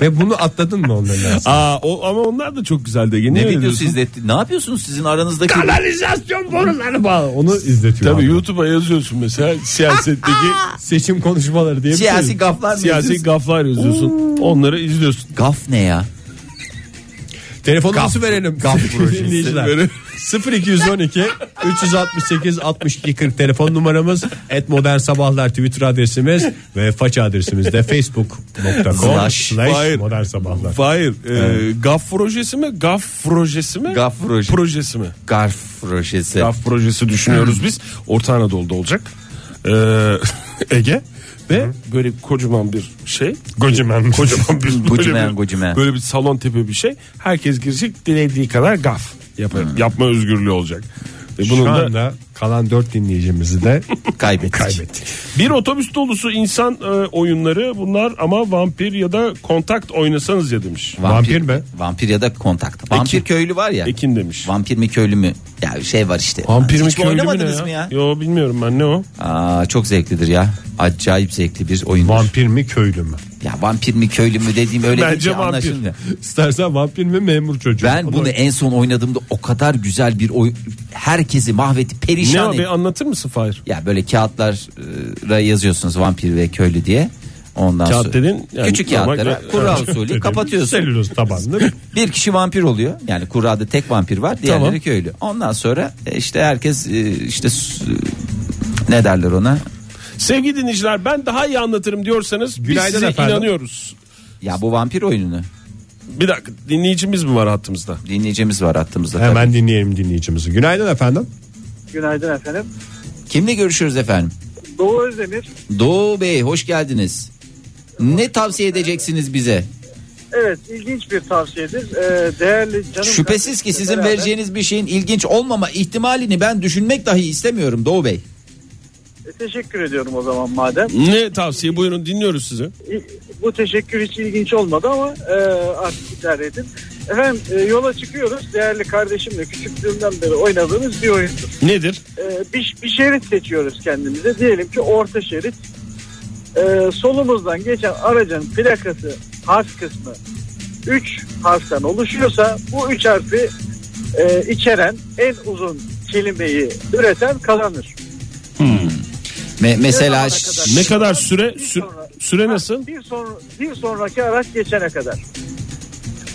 C: Ve bunu atladın mı onların arasında?
E: Aa, o, ama onlar da çok güzeldi. Ege.
D: Ne
E: Niye öyle
D: videosu
E: diyorsun?
D: izletti? Ne yapıyorsunuz sizin aranızdaki?
E: Kanalizasyon boruları bağlı.
C: Onu izletiyor.
E: Tabii
C: abi.
E: YouTube'a yazıyorsun mesela siyasetteki
C: Seçim konuşmaları diye bir
D: Siyasi
C: şey.
D: gaflar mı?
E: siyasi
D: yazıyorsun?
E: gaflar yazıyorsun. Onları izliyorsun.
D: gaf ne ya?
C: Telefonumuzu verelim. Dinleyiciler. 0212 368 62 40 telefon numaramız et modern sabahlar twitter adresimiz ve faça adresimiz de facebook.com
D: Slash.
C: slash
E: Hayır.
C: modern sabahlar
E: Hayır. E, GAF projesi mi? GAF projesi mi?
D: Gaf projesi.
E: projesi mi?
D: Garf projesi.
E: GAF projesi düşünüyoruz biz. Orta Anadolu'da olacak. E, Ege ve böyle kocaman bir şey. Kocaman. Kocaman bir
D: Kocaman,
E: böyle, bir,
D: kocaman.
E: böyle bir salon tipi bir şey. Herkes girecek dilediği kadar GAF yapar, yapma özgürlüğü olacak. E, bunun
C: Şu
E: da
C: anda kalan 4 dinleyicimizi de
D: Kaybettik.
C: kaybettik.
E: Bir otobüs dolusu insan e, oyunları bunlar ama vampir ya da kontakt oynasanız ya demiş.
C: Vampir mi?
D: Vampir ya da kontakt. Vampir köylü var ya.
E: Ekin demiş.
D: Vampir mi köylü mü? Ya bir şey var işte.
E: Vampir mi
D: Hiç
E: köylü mü ne
D: oynamadınız
E: ya?
D: mı ya?
E: Yo bilmiyorum ben ne o.
D: Aa, çok zevklidir ya. Acayip zevkli bir oyun.
C: Vampir mi köylü mü?
D: Ya vampir mi köylü mü dediğim öyle değil
E: Bence
D: ki
E: vampir.
D: anlaşılmıyor.
C: İstersen vampir mi memur çocuğu.
D: Ben
C: O da-
D: bunu en son oynadığımda o kadar güzel bir oyun herkesi mahvetti
E: Ne
D: perişan
E: abi
D: etti.
E: anlatır mısın Fahir?
D: Ya böyle kağıtlara yazıyorsunuz vampir ve köylü diye. Ondan
E: Kağıt
D: sonra
E: dedin, yani
D: küçük
E: normal-
D: kağıtlara
E: Evet.
D: kurra usulü kapatıyorsun.
C: Selüloz tabanlı.
D: Bir kişi vampir oluyor. Yani kurrada tek vampir var, diğerleri
E: Tamam.
D: köylü. Ondan sonra e, işte herkes e, işte s- ne derler ona?
E: Sevgili dinleyiciler ben daha iyi anlatırım diyorsanız biz
C: Günaydın
E: size
C: efendim.
E: inanıyoruz.
D: Ya bu vampir oyununu
E: Bir dakika dinleyicimiz mi var hattımızda?
D: dinleyicimiz var hattımızda. tabii.
C: Hemen dinleyelim dinleyicimizi. Günaydın efendim.
H: Günaydın efendim.
D: Kimle görüşüyoruz efendim?
H: Doğu Özdemir.
D: Doğu Bey hoş geldiniz. Ne tavsiye edeceksiniz bize?
H: Evet ilginç bir tavsiyedir. Ee, değerli canım
D: Şüphesiz ki
H: kardeşimle
D: sizin
H: beraber-
D: vereceğiniz bir şeyin ilginç olmama ihtimalini ben düşünmek dahi istemiyorum Doğu Bey.
H: E, teşekkür ediyorum o zaman madem.
E: Ne tavsiye buyurun dinliyoruz sizi.
H: İ- Bu teşekkür hiç ilginç olmadı ama e, artık idare edin. Efendim e, yola çıkıyoruz. Değerli kardeşimle küçüklüğümden beri oynadığımız bir oyundur.
E: Nedir?
H: Ee, bir, bir şerit seçiyoruz kendimize. Diyelim ki orta şerit. Ee, solumuzdan geçen aracın plakası harf kısmı 3 harften oluşuyorsa bu 3 harfi e, içeren en uzun kelimeyi üreten kazanır.
D: Me- mesela
H: zamana
D: ş-
H: kadar?
E: Ne kadar süre?
H: Bir
E: Sü-
H: sonra-
E: süre nasıl?
H: Bir, son, bir sonraki araç geçene kadar.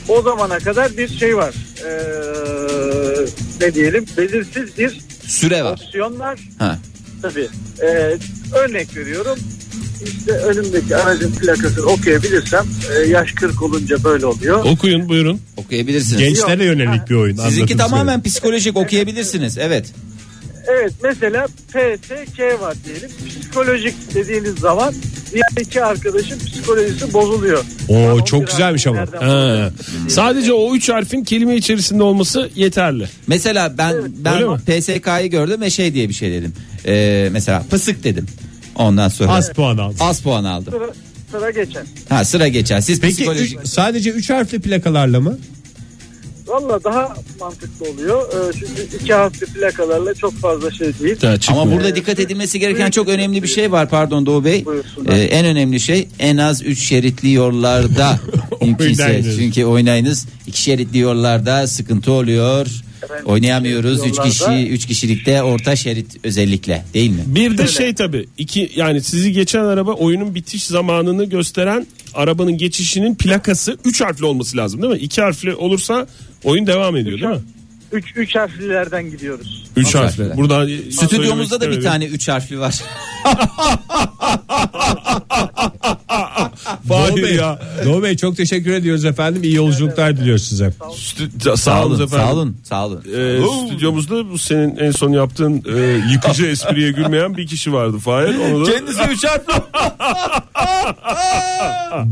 H: O zamana kadar bir şey var. Ee, ne diyelim? Belirsiz bir
D: süre var.
H: opsiyon var.
D: Ha.
H: Tabii. Ee, örnek veriyorum. İşte önümdeki aracın plakasını okuyabilirsem e, yaş 40 olunca böyle oluyor.
E: Okuyun buyurun.
D: Okuyabilirsiniz.
C: Gençlere yönelik bir oyun.
D: Sizinki
C: anlatırız
D: tamamen psikolojik okuyabilirsiniz. Evet.
H: Evet mesela PSK var diyelim. Psikolojik dediğiniz zaman diğer iki arkadaşın psikolojisi bozuluyor.
C: öyle.
H: Ben
C: Oo
H: o
C: çok
H: biraz
C: güzelmiş ama.
H: nereden
E: Ha. Sadece o üç harfin kelime içerisinde olması yeterli.
D: Mesela ben
E: Öyle
D: ben
E: mi?
D: PSK'yı gördüm ve şey diye bir şey dedim. Ee, mesela pısık dedim. Ondan sonra
C: Az
D: az,
C: puan aldı.
D: puan aldım.
H: Sıra, sıra geçen.
D: Ha sıra geçer. Siz
C: Peki
D: psikolojik
C: üç- sadece 3 harfli plakalarla mı?
H: Valla daha mantıklı oluyor. Ee, çünkü iki harfli plakalarla çok fazla şey değil.
D: Ama
E: burada
D: burada dikkat edilmesi gereken çok önemli bir şey var pardon Doğu Bey.
H: Buyursunlar.
D: Ee, en önemli şey en az 3 şeritli yollarda mümkünse.
C: Oynayınız.
D: Çünkü oynayınız 2 şeritli yollarda sıkıntı oluyor.
H: Efendim,
D: Oynayamıyoruz 3
H: yollarda-
D: kişi 3 kişilikte orta şerit özellikle değil mi?
E: bir de şey tabii iki yani sizi geçen araba oyunun bitiş zamanını gösteren arabanın geçişinin plakası 3 harfli olması lazım değil mi? 2 harfli olursa oyun devam ediyor değil mi?
H: Üç, üç harflilerden gidiyoruz.
E: 3
D: Nasıl
E: harfli.
D: harfli?
E: Burada
D: Stüdyomuzda da bir tane 3 harfli var.
C: Doğu Bey,
E: Fahir ya.
C: Doğu Bey çok teşekkür ediyoruz efendim. İyi yolculuklar diliyoruz size.
E: Stü-
D: sağ
E: sağ olun
D: olun,
E: efendim.
D: sağ olun, sağ olun.
E: Ee, stüdyomuzda bu senin en son yaptığın e, yıkıcı espriye gülmeyen bir kişi vardı Fahir. Onu da
D: Kendisi 3 harfli.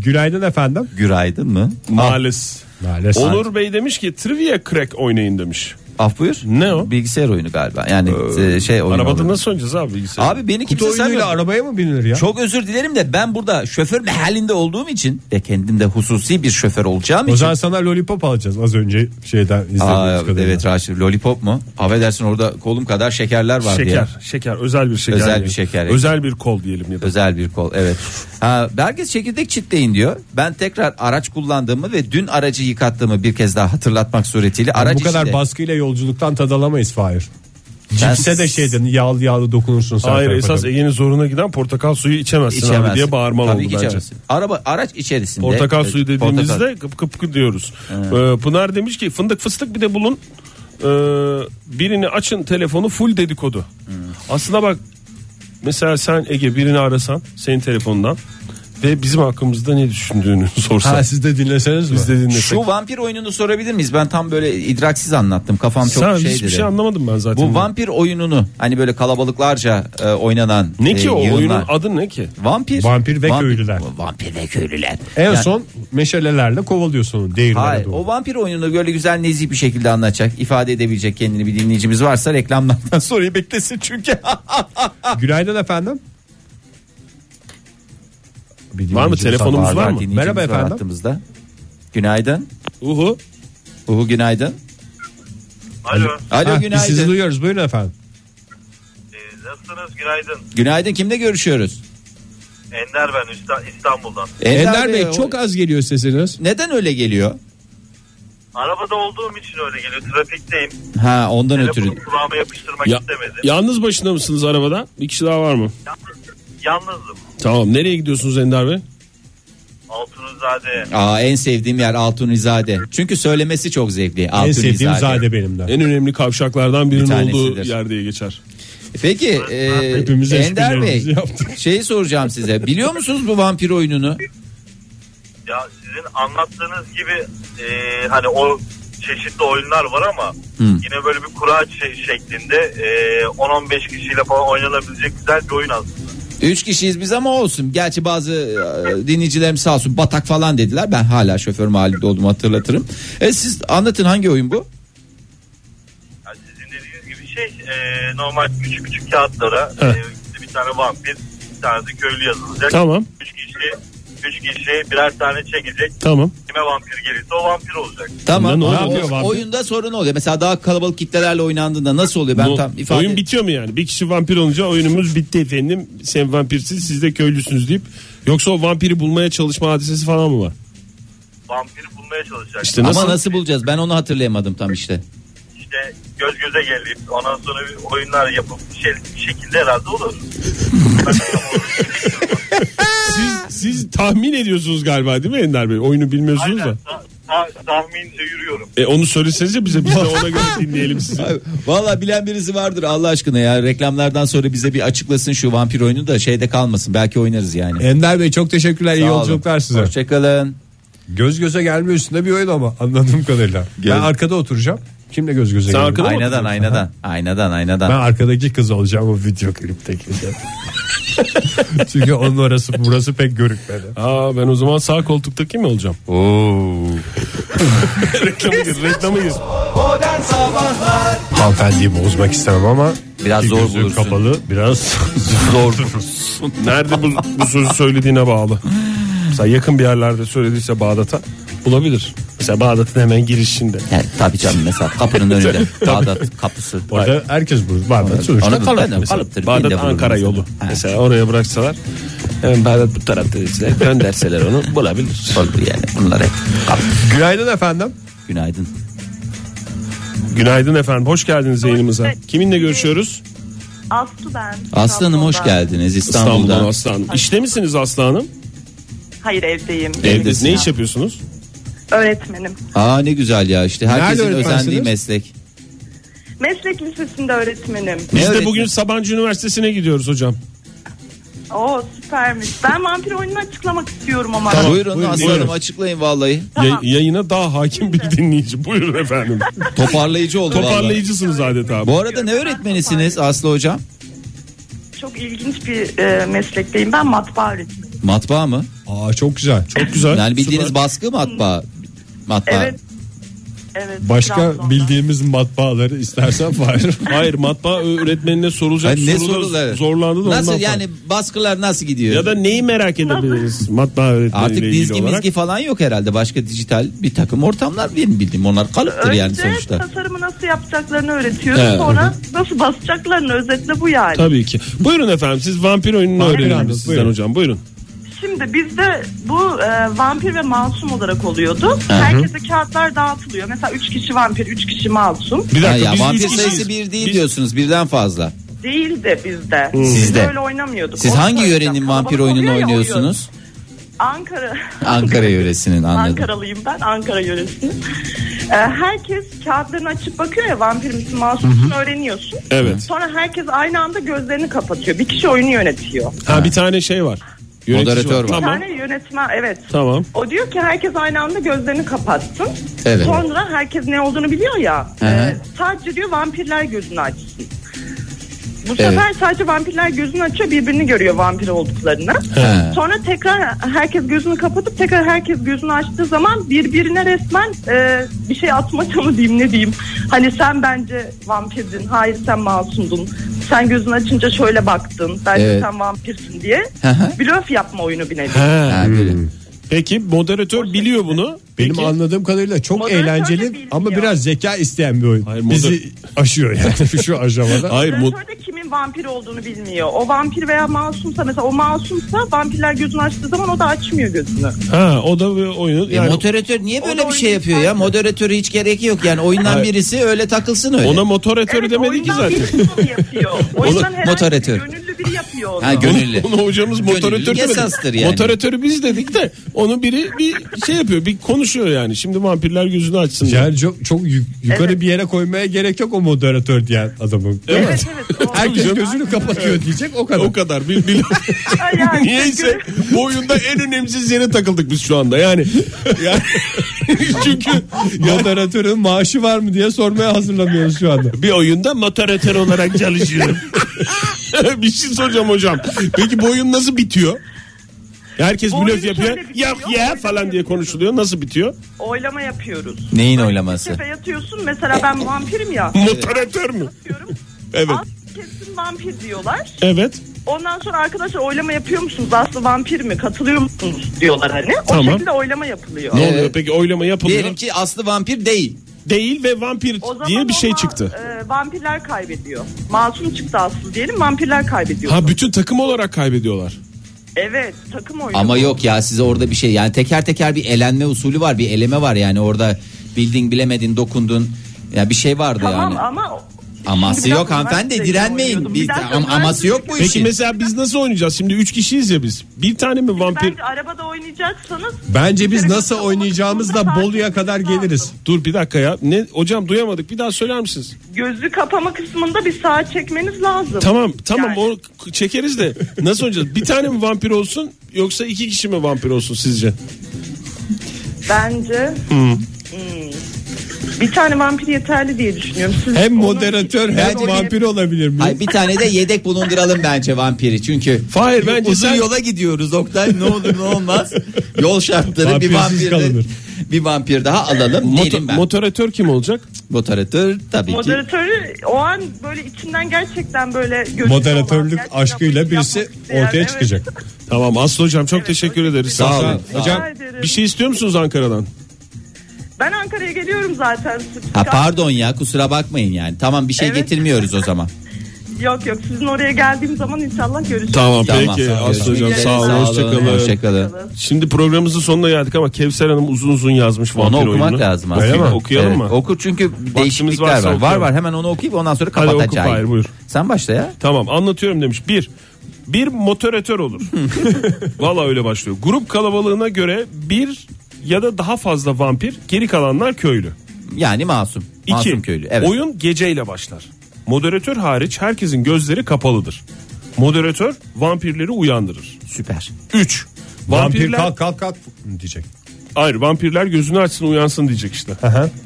C: Günaydın efendim.
D: Güraydın mı?
E: maalesef.
C: Maalesef.
E: Onur Bey demiş ki trivia crack oynayın demiş.
D: Af Ah, buyur.
E: Ne o?
D: Bilgisayar oyunu galiba. Yani e, şey oyunu.
E: Arabada
D: olur.
E: nasıl oynayacağız abi bilgisayar?
D: Abi beni
C: Ee,
D: kimse
C: Kutu oyunuyla
D: saymıyor.
C: arabaya mı binilir ya?
D: Çok özür dilerim de ben burada şoför mehalinde olduğum için ve kendim de hususi bir şoför olacağım
C: o
D: için.
C: zaman sana lollipop alacağız az önce şeyden izlediğimiz
D: Aa,
C: kadarıyla.
D: evet Raşit lollipop mu? Affedersin orada kolum kadar şekerler var
E: şeker,
D: diye.
E: şeker, özel bir şeker.
D: Özel
E: diyelim.
D: bir şeker.
E: Özel bir kol diyelim ya da.
D: Özel bir kol evet. Ha, herkes çekirdek çitleyin diyor. Ben tekrar araç kullandığımı ve dün aracı yıkattığımı bir kez daha hatırlatmak suretiyle araç
C: Bu kadar
D: içinde-
C: baskıyla yolculuktan tad alamayız Fahir.
D: Ben-
C: Cipse de şeyden yağlı yağlı dokunursun sen.
E: Hayır
C: tarafa
E: esas
C: da.
E: Ege'nin zoruna giden portakal suyu içemezsin, abi diye bağırmalı
D: Tabii
E: oldu
D: ki
E: bence.
D: içemezsin. Araba araç içerisinde.
E: Portakal
D: e,
E: suyu
D: portakal-
E: dediğimizde kıp kıp kıp diyoruz. Ee, Pınar demiş ki fındık fıstık bir de bulun. Ee, birini açın telefonu full dedikodu.
D: Hmm.
E: Aslında bak mesela sen Ege birini arasan senin telefondan ve bizim hakkımızda ne düşündüğünü sorsan.
C: Ha siz de dinleseniz mi?
E: biz de dinlesek.
D: Şu vampir oyununu sorabilir miyiz? Ben tam böyle idraksiz anlattım. Kafam çok
E: sen
D: şey
E: hiçbir
D: dedi.
E: şey anlamadım ben zaten.
D: Bu vampir oyununu hani böyle kalabalıklarca e, oynanan
E: ne
D: e,
E: ki o
D: yığınlar.
E: oyunun adı ne ki?
D: Vampir.
C: Vampir ve köylüler.
D: Vampir ve köylüler.
C: En
D: Yani-
C: son meşalelerle kovalıyorsun onu değirmene
D: Hayır,
C: doğru.
D: o vampir oyununu böyle güzel nezih bir şekilde anlatacak, ifade edebilecek kendini bir dinleyicimiz varsa reklamlardan sonra beklesin çünkü.
C: Günaydın efendim. Bir
E: Var mı
C: dinleyicimiz
E: telefonumuz var mı?
D: dinleyicimiz
C: Merhaba
D: var
C: efendim.
D: hattımızda. Günaydın.
E: Uhu.
D: Uhu günaydın.
I: Alo.
D: Alo
C: Ha, biz
D: günaydın.
C: sizi duyuyoruz buyurun efendim.
I: Ee, nasılsınız? Günaydın.
D: Günaydın kimle görüşüyoruz?
I: Ender ben İsta- İstanbul'dan.
D: Ender,
J: Ender Bey çok az geliyor sesiniz.
D: neden öyle geliyor?
I: Arabada olduğum için öyle geliyor. Trafikteyim.
D: Ha ondan ötürü.
I: Telefonu kulağıma yapıştırmak
E: Ya-
I: istemedim.
E: yalnız başına mısınız arabada? Bir kişi daha var mı?
I: Yalnızım.
E: Tamam. Nereye gidiyorsunuz Ender Bey?
I: Altunizade'ye.
D: Aa en sevdiğim yer Altunizade. Çünkü söylemesi çok zevkli.
C: En
D: Altunizade.
C: sevdiğim zade benim de.
E: En önemli kavşaklardan birinin
D: tanesidir.
E: olduğu yer diye geçer.
D: Peki e,
C: Hepimiz
D: Ender Bey
C: esprilerimizi yaptık.
D: şeyi soracağım size. Biliyor musunuz bu vampir oyununu?
I: Ya sizin anlattığınız gibi e, hani o çeşitli oyunlar var ama yine böyle bir kura şe- şeklinde e, 10-15 kişiyle falan oynanabilecek güzel bir oyun aslında.
D: Üç kişiyiz biz ama olsun. Gerçi bazı e, dinleyicilerim sağ olsun batak falan dediler. Ben hala şoför halinde olduğumu hatırlatırım. E, siz anlatın hangi oyun bu?
I: Ya sizin dediğiniz gibi şey e, normal küçük küçük kağıtlara e, işte bir tane vampir bir tane de köylü yazılacak.
E: Tamam.
I: Üç kişi, üç kişi birer tane çekecek.
E: Tamam.
I: Kime vampir gelirse o vampir olacak.
D: Tamam.
E: Ne
D: O-
E: oluyor vampir?
D: oyunda sorun oluyor. Mesela daha kalabalık kitlelerle oynandığında nasıl oluyor? Ben
E: Bu-
D: tam ifade
E: Oyun bitiyor mu yani? Bir kişi vampir olunca oyunumuz bitti efendim. Sen vampirsin siz de köylüsünüz deyip. Yoksa o vampiri bulmaya çalışma hadisesi falan mı var?
I: Vampiri bulmaya çalışacak.
E: İşte
D: Ama
E: nasıl?
D: nasıl? bulacağız? Ben onu hatırlayamadım tam işte.
I: İşte göz göze gelip ondan sonra bir oyunlar yapıp bir, şey, bir şekilde herhalde olur.
E: Siz, siz tahmin ediyorsunuz galiba değil mi Ender Bey? Oyunu bilmiyorsunuz
I: Aynen.
E: da.
I: Ta- ta- tahminle yürüyorum.
E: E onu söylesenize bize biz de ona göre dinleyelim sizi.
D: Valla bilen birisi vardır Allah aşkına ya. Reklamlardan sonra bize bir açıklasın şu vampir oyunu da şeyde kalmasın. Belki oynarız yani.
C: Ender Bey çok teşekkürler. iyi
D: Sağ olun.
C: yolculuklar size.
D: Hoşçakalın.
C: Göz göze gelme üstünde bir oyun ama anladığım kadarıyla. Ben arkada oturacağım. Kimle göz göze
E: Sen
C: geleyim?
E: arkada mı?
D: Aynadan aynadan. Aynadan aynadan.
C: Ben arkadaki kız olacağım o video klipteki. Çünkü onun orası burası pek görükmedi.
E: Aa ben o zaman sağ koltuktaki mi olacağım? reklamı gir, reklamı gir.
B: Modern Sabahlar
C: Hanımefendiyi bozmak istemem ama
D: Biraz
C: iki
D: zor
C: gözü
D: bulursun.
C: kapalı biraz
D: Zor.
E: Nerede bu, bu sözü söylediğine bağlı. Mesela yakın bir yerlerde söylediyse Bağdat'a bulabilir. Mesela Bağdat'ın hemen girişinde.
D: Yani, tabii canım mesela kapının önünde. Bağdat kapısı.
C: orada herkes bulur. Var mı? Sonuçta
D: Anladım.
C: kalıp.
D: Ben de
E: Mesela
D: kalıptır. Ben
E: Bağdat
D: de bulurum
E: Ankara
D: mesela.
E: yolu.
D: Ha.
E: Mesela oraya bıraksalar hemen Bağdat bu tarafta deseler, gönderseler onu bulabilir.
D: Olur yani bunlar hep kalıp.
C: Günaydın efendim.
D: Günaydın.
E: Günaydın efendim. Hoş geldiniz yayınımıza. Kiminle görüşüyoruz?
K: Aslı ben.
D: Aslı Hanım hoş
K: İstanbul'dan.
D: geldiniz
E: İstanbul'dan
D: İstanbul'dan.
E: Aslı Hanım. İşte misiniz Aslı Hanım?
K: Hayır evdeyim.
D: Evdesin.
E: Ne iş yapıyorsunuz?
K: Öğretmenim.
D: Aa ne güzel ya işte herkesin
C: Nerede öğretmensiniz?
D: özendiği meslek.
K: Meslek lisesinde öğretmenim.
D: Ne
E: Biz de
D: öğretmen?
E: bugün Sabancı Üniversitesi'ne gidiyoruz hocam.
K: Oo süpermiş. Ben vampir oyununu açıklamak istiyorum ama.
D: buyurun,
E: buyurun,
D: Aslı
E: buyurun.
D: Hanım açıklayin vallahi.
E: Ya- yayına daha hakim bir dinleyici. Buyurun efendim.
D: Toparlayıcı oldu vallahi.
E: Toparlayıcısınız adeta.
D: Bu arada ne öğretmenisiniz Aslı hocam?
K: Çok ilginç bir e, meslekteyim. Ben matbaa öğretmeniyim.
D: Matbaa mı?
C: Aa çok güzel.
E: Çok güzel.
D: Yani bildiğiniz
E: Süper.
D: baskı matbaa. Matbaa.
K: Evet. Evet.
C: Başka
K: Trabzon'dan.
C: bildiğimiz matbaaları istersen Fahir.
E: Hayır matbaa öğretmenine sorulacak
D: Hani ne
E: soruda
D: sorular?
E: zorlandı da
D: Nasıl
E: ondan
D: yani
E: sonra.
D: baskılar nasıl gidiyor?
E: Ya da neyi merak edebiliriz matbaa öğretmeniyle
D: Artık
E: ilgili
D: dizgi
E: olarak?
D: mizgi falan yok herhalde. Başka dijital bir takım ortamlar benim bildiğim. Onlar kalıptır
K: Önce
D: yani sonuçta.
K: tasarımı nasıl yapacaklarını öğretiyoruz.
E: He,
K: Sonra nasıl basacaklarını özetle bu yani.
E: Tabii ki. Buyurun efendim siz vampir oyununu
C: Vampir
E: öğrenelim
C: oyunu,
E: biz sizden
C: buyurun.
E: hocam. Buyurun.
K: Şimdi bizde bu e, vampir ve masum olarak oluyordu. Herkese kağıtlar dağıtılıyor. Mesela 3 kişi vampir, 3 kişi masum.
E: Bir
D: Ha,
E: dakika
D: ya
E: biz
D: vampir
E: üç kişiyiz.
D: sayısı bir değil
E: Biz-
D: diyorsunuz birden fazla.
K: Değil de bizde.
D: Sizde.
K: Böyle oynamıyorduk.
D: Siz
K: Onu
D: hangi
K: söyleyeceğim.
D: yörenin
K: Kalabalık
D: vampir oyununu
K: oluyor ya,
D: oynuyorsunuz?
K: oyun. Ankara.
D: Ankara yöresinin anladım.
K: Ankaralıyım ben. Ankara yöresini. Ee, herkes kağıtlarını açıp bakıyor ya vampir misin masum musun öğreniyorsun.
E: Evet.
K: Sonra herkes aynı anda gözlerini kapatıyor. Bir kişi oyunu yönetiyor.
E: Ha bir tane şey var.
D: Moderatör var.
E: Tamam.
K: Bir tane yönetmen evet.
E: Tamam.
K: O diyor ki herkes aynı anda gözlerini kapatsın.
D: Evet.
K: Sonra herkes ne olduğunu biliyor ya.
D: Hı hı.
K: e, sadece diyor vampirler gözünü açsın. Bu sefer sadece vampirler gözünü açıyor birbirini görüyor vampir olduklarını.
D: He.
K: Sonra tekrar herkes gözünü kapatıp tekrar herkes gözünü açtığı zaman birbirine resmen e, bir şey atmaca mı diyeyim ne diyeyim. Hani sen bence vampirdin hayır sen masumdun. Sen gözünü açınca şöyle baktın. Bence
D: Evet.
K: sen vampirsin diye.
D: Hı hı.
K: Blöf yapma oyunu bir nevi.
E: Ha.
D: Ha, böyle.
E: Peki moderatör biliyor bunu.
C: Benim
E: Peki.
C: anladığım kadarıyla çok
K: Moderatör de
C: eğlenceli
K: bilmiyor.
C: ama biraz zeka isteyen bir oyun.
E: Hayır, moder-
C: Bizi aşıyor yani şu aşamada.
E: Hayır, mod-
K: Moderatör de kimin senin vampir olduğunu bilmiyor. O vampir veya masumsa mesela o masumsa vampirler gözünü açtığı zaman o da açmıyor gözünü.
E: Ha o da bir oyunun.
D: E, moderatör niye böyle
K: da
D: bir şey yapıyor ya? Moderatöre hiç gerek yok yani. Oyundan
E: Hayır.
D: birisi öyle takılsın öyle.
E: Ona moderatör
K: Evet,
E: demedi ki
K: oyundan
E: zaten.
K: birisi onu yapıyor. O yüzden herhangi
D: moderatör.
K: gönüllü biri yapıyor onu.
D: Ha gönüllü.
E: Onu hocamız
D: Gönüllü
E: moderatör
D: esastır
E: demedi.
D: yani.
E: Moderatörü biz dedik de onu biri bir şey yapıyor. Bir konuşuyor yani. Şimdi vampirler gözünü açsın. diye.
C: Yani çok, çok yuk- yukarı bir yere koymaya gerek yok o moderatör diyen adamın.
K: Evet evet. o-
C: Herkes gözünü kapatıyor diyecek o kadar.
E: O kadar. Bir, bir...
K: Yani
E: Niyeyse bu oyunda en önemsiz yere takıldık biz şu anda. Yani, yani çünkü
C: Moderatörün maaşı var mı diye sormaya hazırlanıyoruz şu anda.
E: bir oyunda moderatör olarak çalışıyorum. bir şey soracağım hocam. Peki bu oyun nasıl bitiyor? Herkes
K: Bu
E: blöf
K: oyun
E: yapıyor.
K: şöyle bitiyor.
E: Yap ya falan diye konuşuluyor. Nasıl bitiyor?
K: oylama yapıyoruz.
D: Neyin
K: Bir
D: oylaması?
K: sefer yatıyorsun mesela ben vampirim ya.
E: Moderatör mü?
K: Diyorum.
E: Evet.
K: Aslı kesin vampir diyorlar.
E: Evet.
K: Ondan sonra arkadaşlar oylama yapıyor musunuz? Aslı vampir mi? Katılıyor musunuz? Diyorlar hani. O
E: Tamam.
K: şekilde oylama yapılıyor.
E: Ne
D: Evet.
E: oluyor peki oylama yapılıyor.
D: Diyelim ki Aslı vampir değil.
E: Değil ve vampir
K: O zaman
E: diye bir şey
K: ona,
E: çıktı.
K: e, vampirler kaybediyor. Masum çıktı Aslı diyelim vampirler kaybediyor.
E: Ha bütün takım olarak kaybediyorlar.
K: Evet takım oyunu.
D: Ama yok ya size orada bir şey yani teker teker bir elenme usulü var bir eleme var yani orada bildin bilemedin dokundun ya bir şey vardı
K: Tamam
D: yani.
K: ama...
D: Aması
K: Şimdi biraz
D: yok hanımefendi
K: üniversitede
D: direnmeyin.
K: oynuyordum.
D: Biz,
K: Bir dakika,
D: am- aması
K: üniversitede-
D: yok bu
E: Peki
D: işin.
E: mesela biz nasıl oynayacağız? Şimdi 3 kişiyiz ya biz. Bir tane mi vampir?
K: Bence arabada oynayacaksanız...
C: Bence biz
K: Bir kere
C: nasıl
K: katılmak
C: oynayacağımızla
K: zorunda
C: Bolu'ya
K: sadece
C: kadar
K: bir saat
C: geliriz.
E: Dur bir dakika ya. Ne hocam duyamadık. Bir daha söyler misiniz?
K: Gözü kapama kısmında bir saat çekmeniz lazım.
E: Tamam tamam
K: Yani.
E: onu k- çekeriz de nasıl oynayacağız? Bir tane mi vampir olsun yoksa iki kişi mi vampir olsun sizce?
K: Bence... Hmm. Bir tane vampir yeterli diye düşünüyorum. Siz
C: Hem
K: onu-
C: moderatör hem
K: Bence-
C: vampir olabilir mi?
D: Ay bir tane de yedek bulunduralım bence vampiri çünkü
E: Hayır, bence
D: uzun
E: sen-
D: yola gidiyoruz Oktay ne olur ne olmaz yol şartları bir
C: Vampirsiz
D: vampir
C: kalınır.
D: bir vampir daha alalım
E: Moto-
D: Değilim ben.
E: moderatör kim olacak?
D: Moderatör tabii ki
K: Moderatörü o an böyle içinden gerçekten böyle gözü olan,
C: Moderatörlük
K: gerçekten
C: aşkıyla
K: yapmak
C: birisi
K: isteyen,
C: ortaya
K: evet.
C: çıkacak.
E: Tamam Aslı hocam çok
K: Evet,
E: teşekkür
K: hocam,
E: ederiz.
K: teşekkür
E: Sağ
D: ederim.
E: olun.
D: Sağ olun.
E: Hocam
K: Rica ederim.
E: bir şey istiyor musunuz Ankara'dan?
K: Ben Ankara'ya geliyorum zaten.
D: ha, pardon ya kusura bakmayın yani tamam bir şey
K: Evet.
D: getirmiyoruz o zaman
K: Yok yok sizin oraya geldiğim zaman inşallah görüşürüz.
E: Tamam,
D: Tamam,
E: peki
D: sağ olun.
E: Aslı hocam
K: Görüşmek
E: sağ olun.
K: üzere.
E: Hoşçakalın.
D: hoşçakalın
E: Şimdi programımızın sonuna geldik ama Kevser Hanım uzun uzun yazmış vampir
D: Onu okumak
E: oyununu.
D: lazım
E: Öyle
D: aslında.
E: mi? Okuyalım
D: Evet,
E: mı?
D: Oku çünkü değişiklikler
E: varsa
D: var. Var
E: okuyalım.
D: var hemen onu okuyup ondan sonra
E: Hadi oku,
D: kapatacağım.
E: Fahir, buyur.
D: Sen başla ya.
E: Tamam anlatıyorum demiş. Bir, bir motoratör olur. Valla öyle başlıyor. Grup kalabalığına göre bir ya da daha fazla vampir geri kalanlar köylü.
D: Yani masum.
E: İki,
D: Masum köylü. Evet.
E: oyun geceyle başlar. Moderatör hariç herkesin gözleri kapalıdır. Moderatör vampirleri uyandırır.
D: Süper.
E: 3.
C: Vampir
E: Vampirler,
C: kalk kalk kalk diyecek.
E: hayır vampirler gözünü açsın uyansın diyecek işte.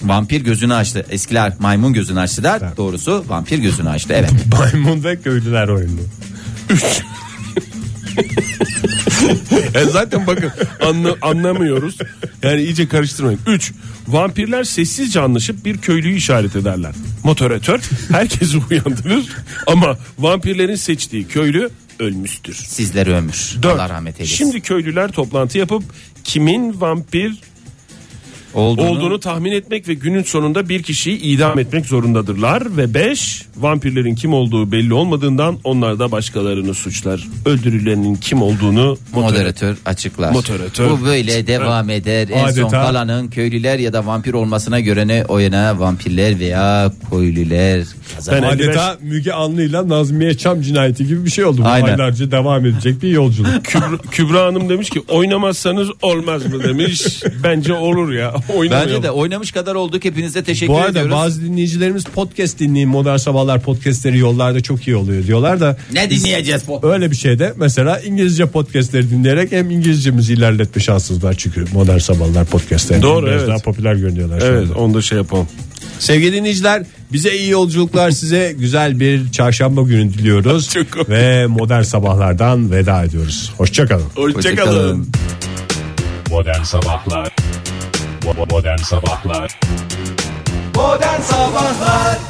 D: Vampir gözünü açtı. Eskiler maymun gözünü açtı der. Doğrusu vampir gözünü açtı. Evet.
C: Maymun ve köylüler oyunu.
E: E zaten bakın anla- anlamıyoruz. Yani iyice karıştırmayın. 3. Vampirler sessizce anlaşıp bir köylüyü işaret ederler. Motoratör herkesi uyandırır ama vampirlerin seçtiği köylü ölmüştür.
D: Sizlere ömür.
E: Dört.
D: Allah rahmet eylesin.
E: Şimdi köylüler toplantı yapıp kimin vampir
D: olduğunu,
E: olduğunu tahmin etmek ve günün sonunda bir kişiyi idam etmek zorundadırlar ve 5 vampirlerin kim olduğu belli olmadığından onlar da başkalarını suçlar. Öldürülenin kim olduğunu moderatör
D: moderatör açıklar.
E: Moderatör.
D: Bu böyle devam eder. En son
C: Adeta-
D: kalanın köylüler ya da vampir olmasına göre ne oyuna vampirler veya köylüler kazanır.
E: Ben elli beş-
C: Adeta Müge Anlı'yla Nazmiye Çam cinayeti gibi bir şey oldu. Bu
D: Aynen.
C: Aylarca devam edecek bir yolculuk.
E: Kübra, Kübra Hanım demiş ki oynamazsanız olmaz mı demiş. Bence olur ya. Oynamayalım.
D: Bence de oynamış kadar olduk. Hepinize teşekkür
C: Bu arada
D: ediyoruz.
C: bazı dinleyicilerimiz podcast dinleyin modern sabahlar podcastleri yollarda çok iyi oluyor diyorlar da
D: Ne dinleyeceğiz bu?
C: öyle bir şeyde mesela İngilizce podcastleri dinleyerek hem İngilizcemizi ilerletme şansımız var çünkü modern sabahlar podcastleri
E: Doğru,
C: biraz
E: evet.
C: daha popüler görünüyorlar. şu
E: Evet
C: anda.
E: onu da şey yapalım.
C: Sevgili dinleyiciler bize iyi yolculuklar size güzel bir çarşamba günü diliyoruz
E: Çok komik.
C: ve modern sabahlardan veda ediyoruz. Hoşçakalın.
E: Hoşçakalın.
A: Modern Sabahlar Bo- Modern Sabahlar
L: Modern Sabahlar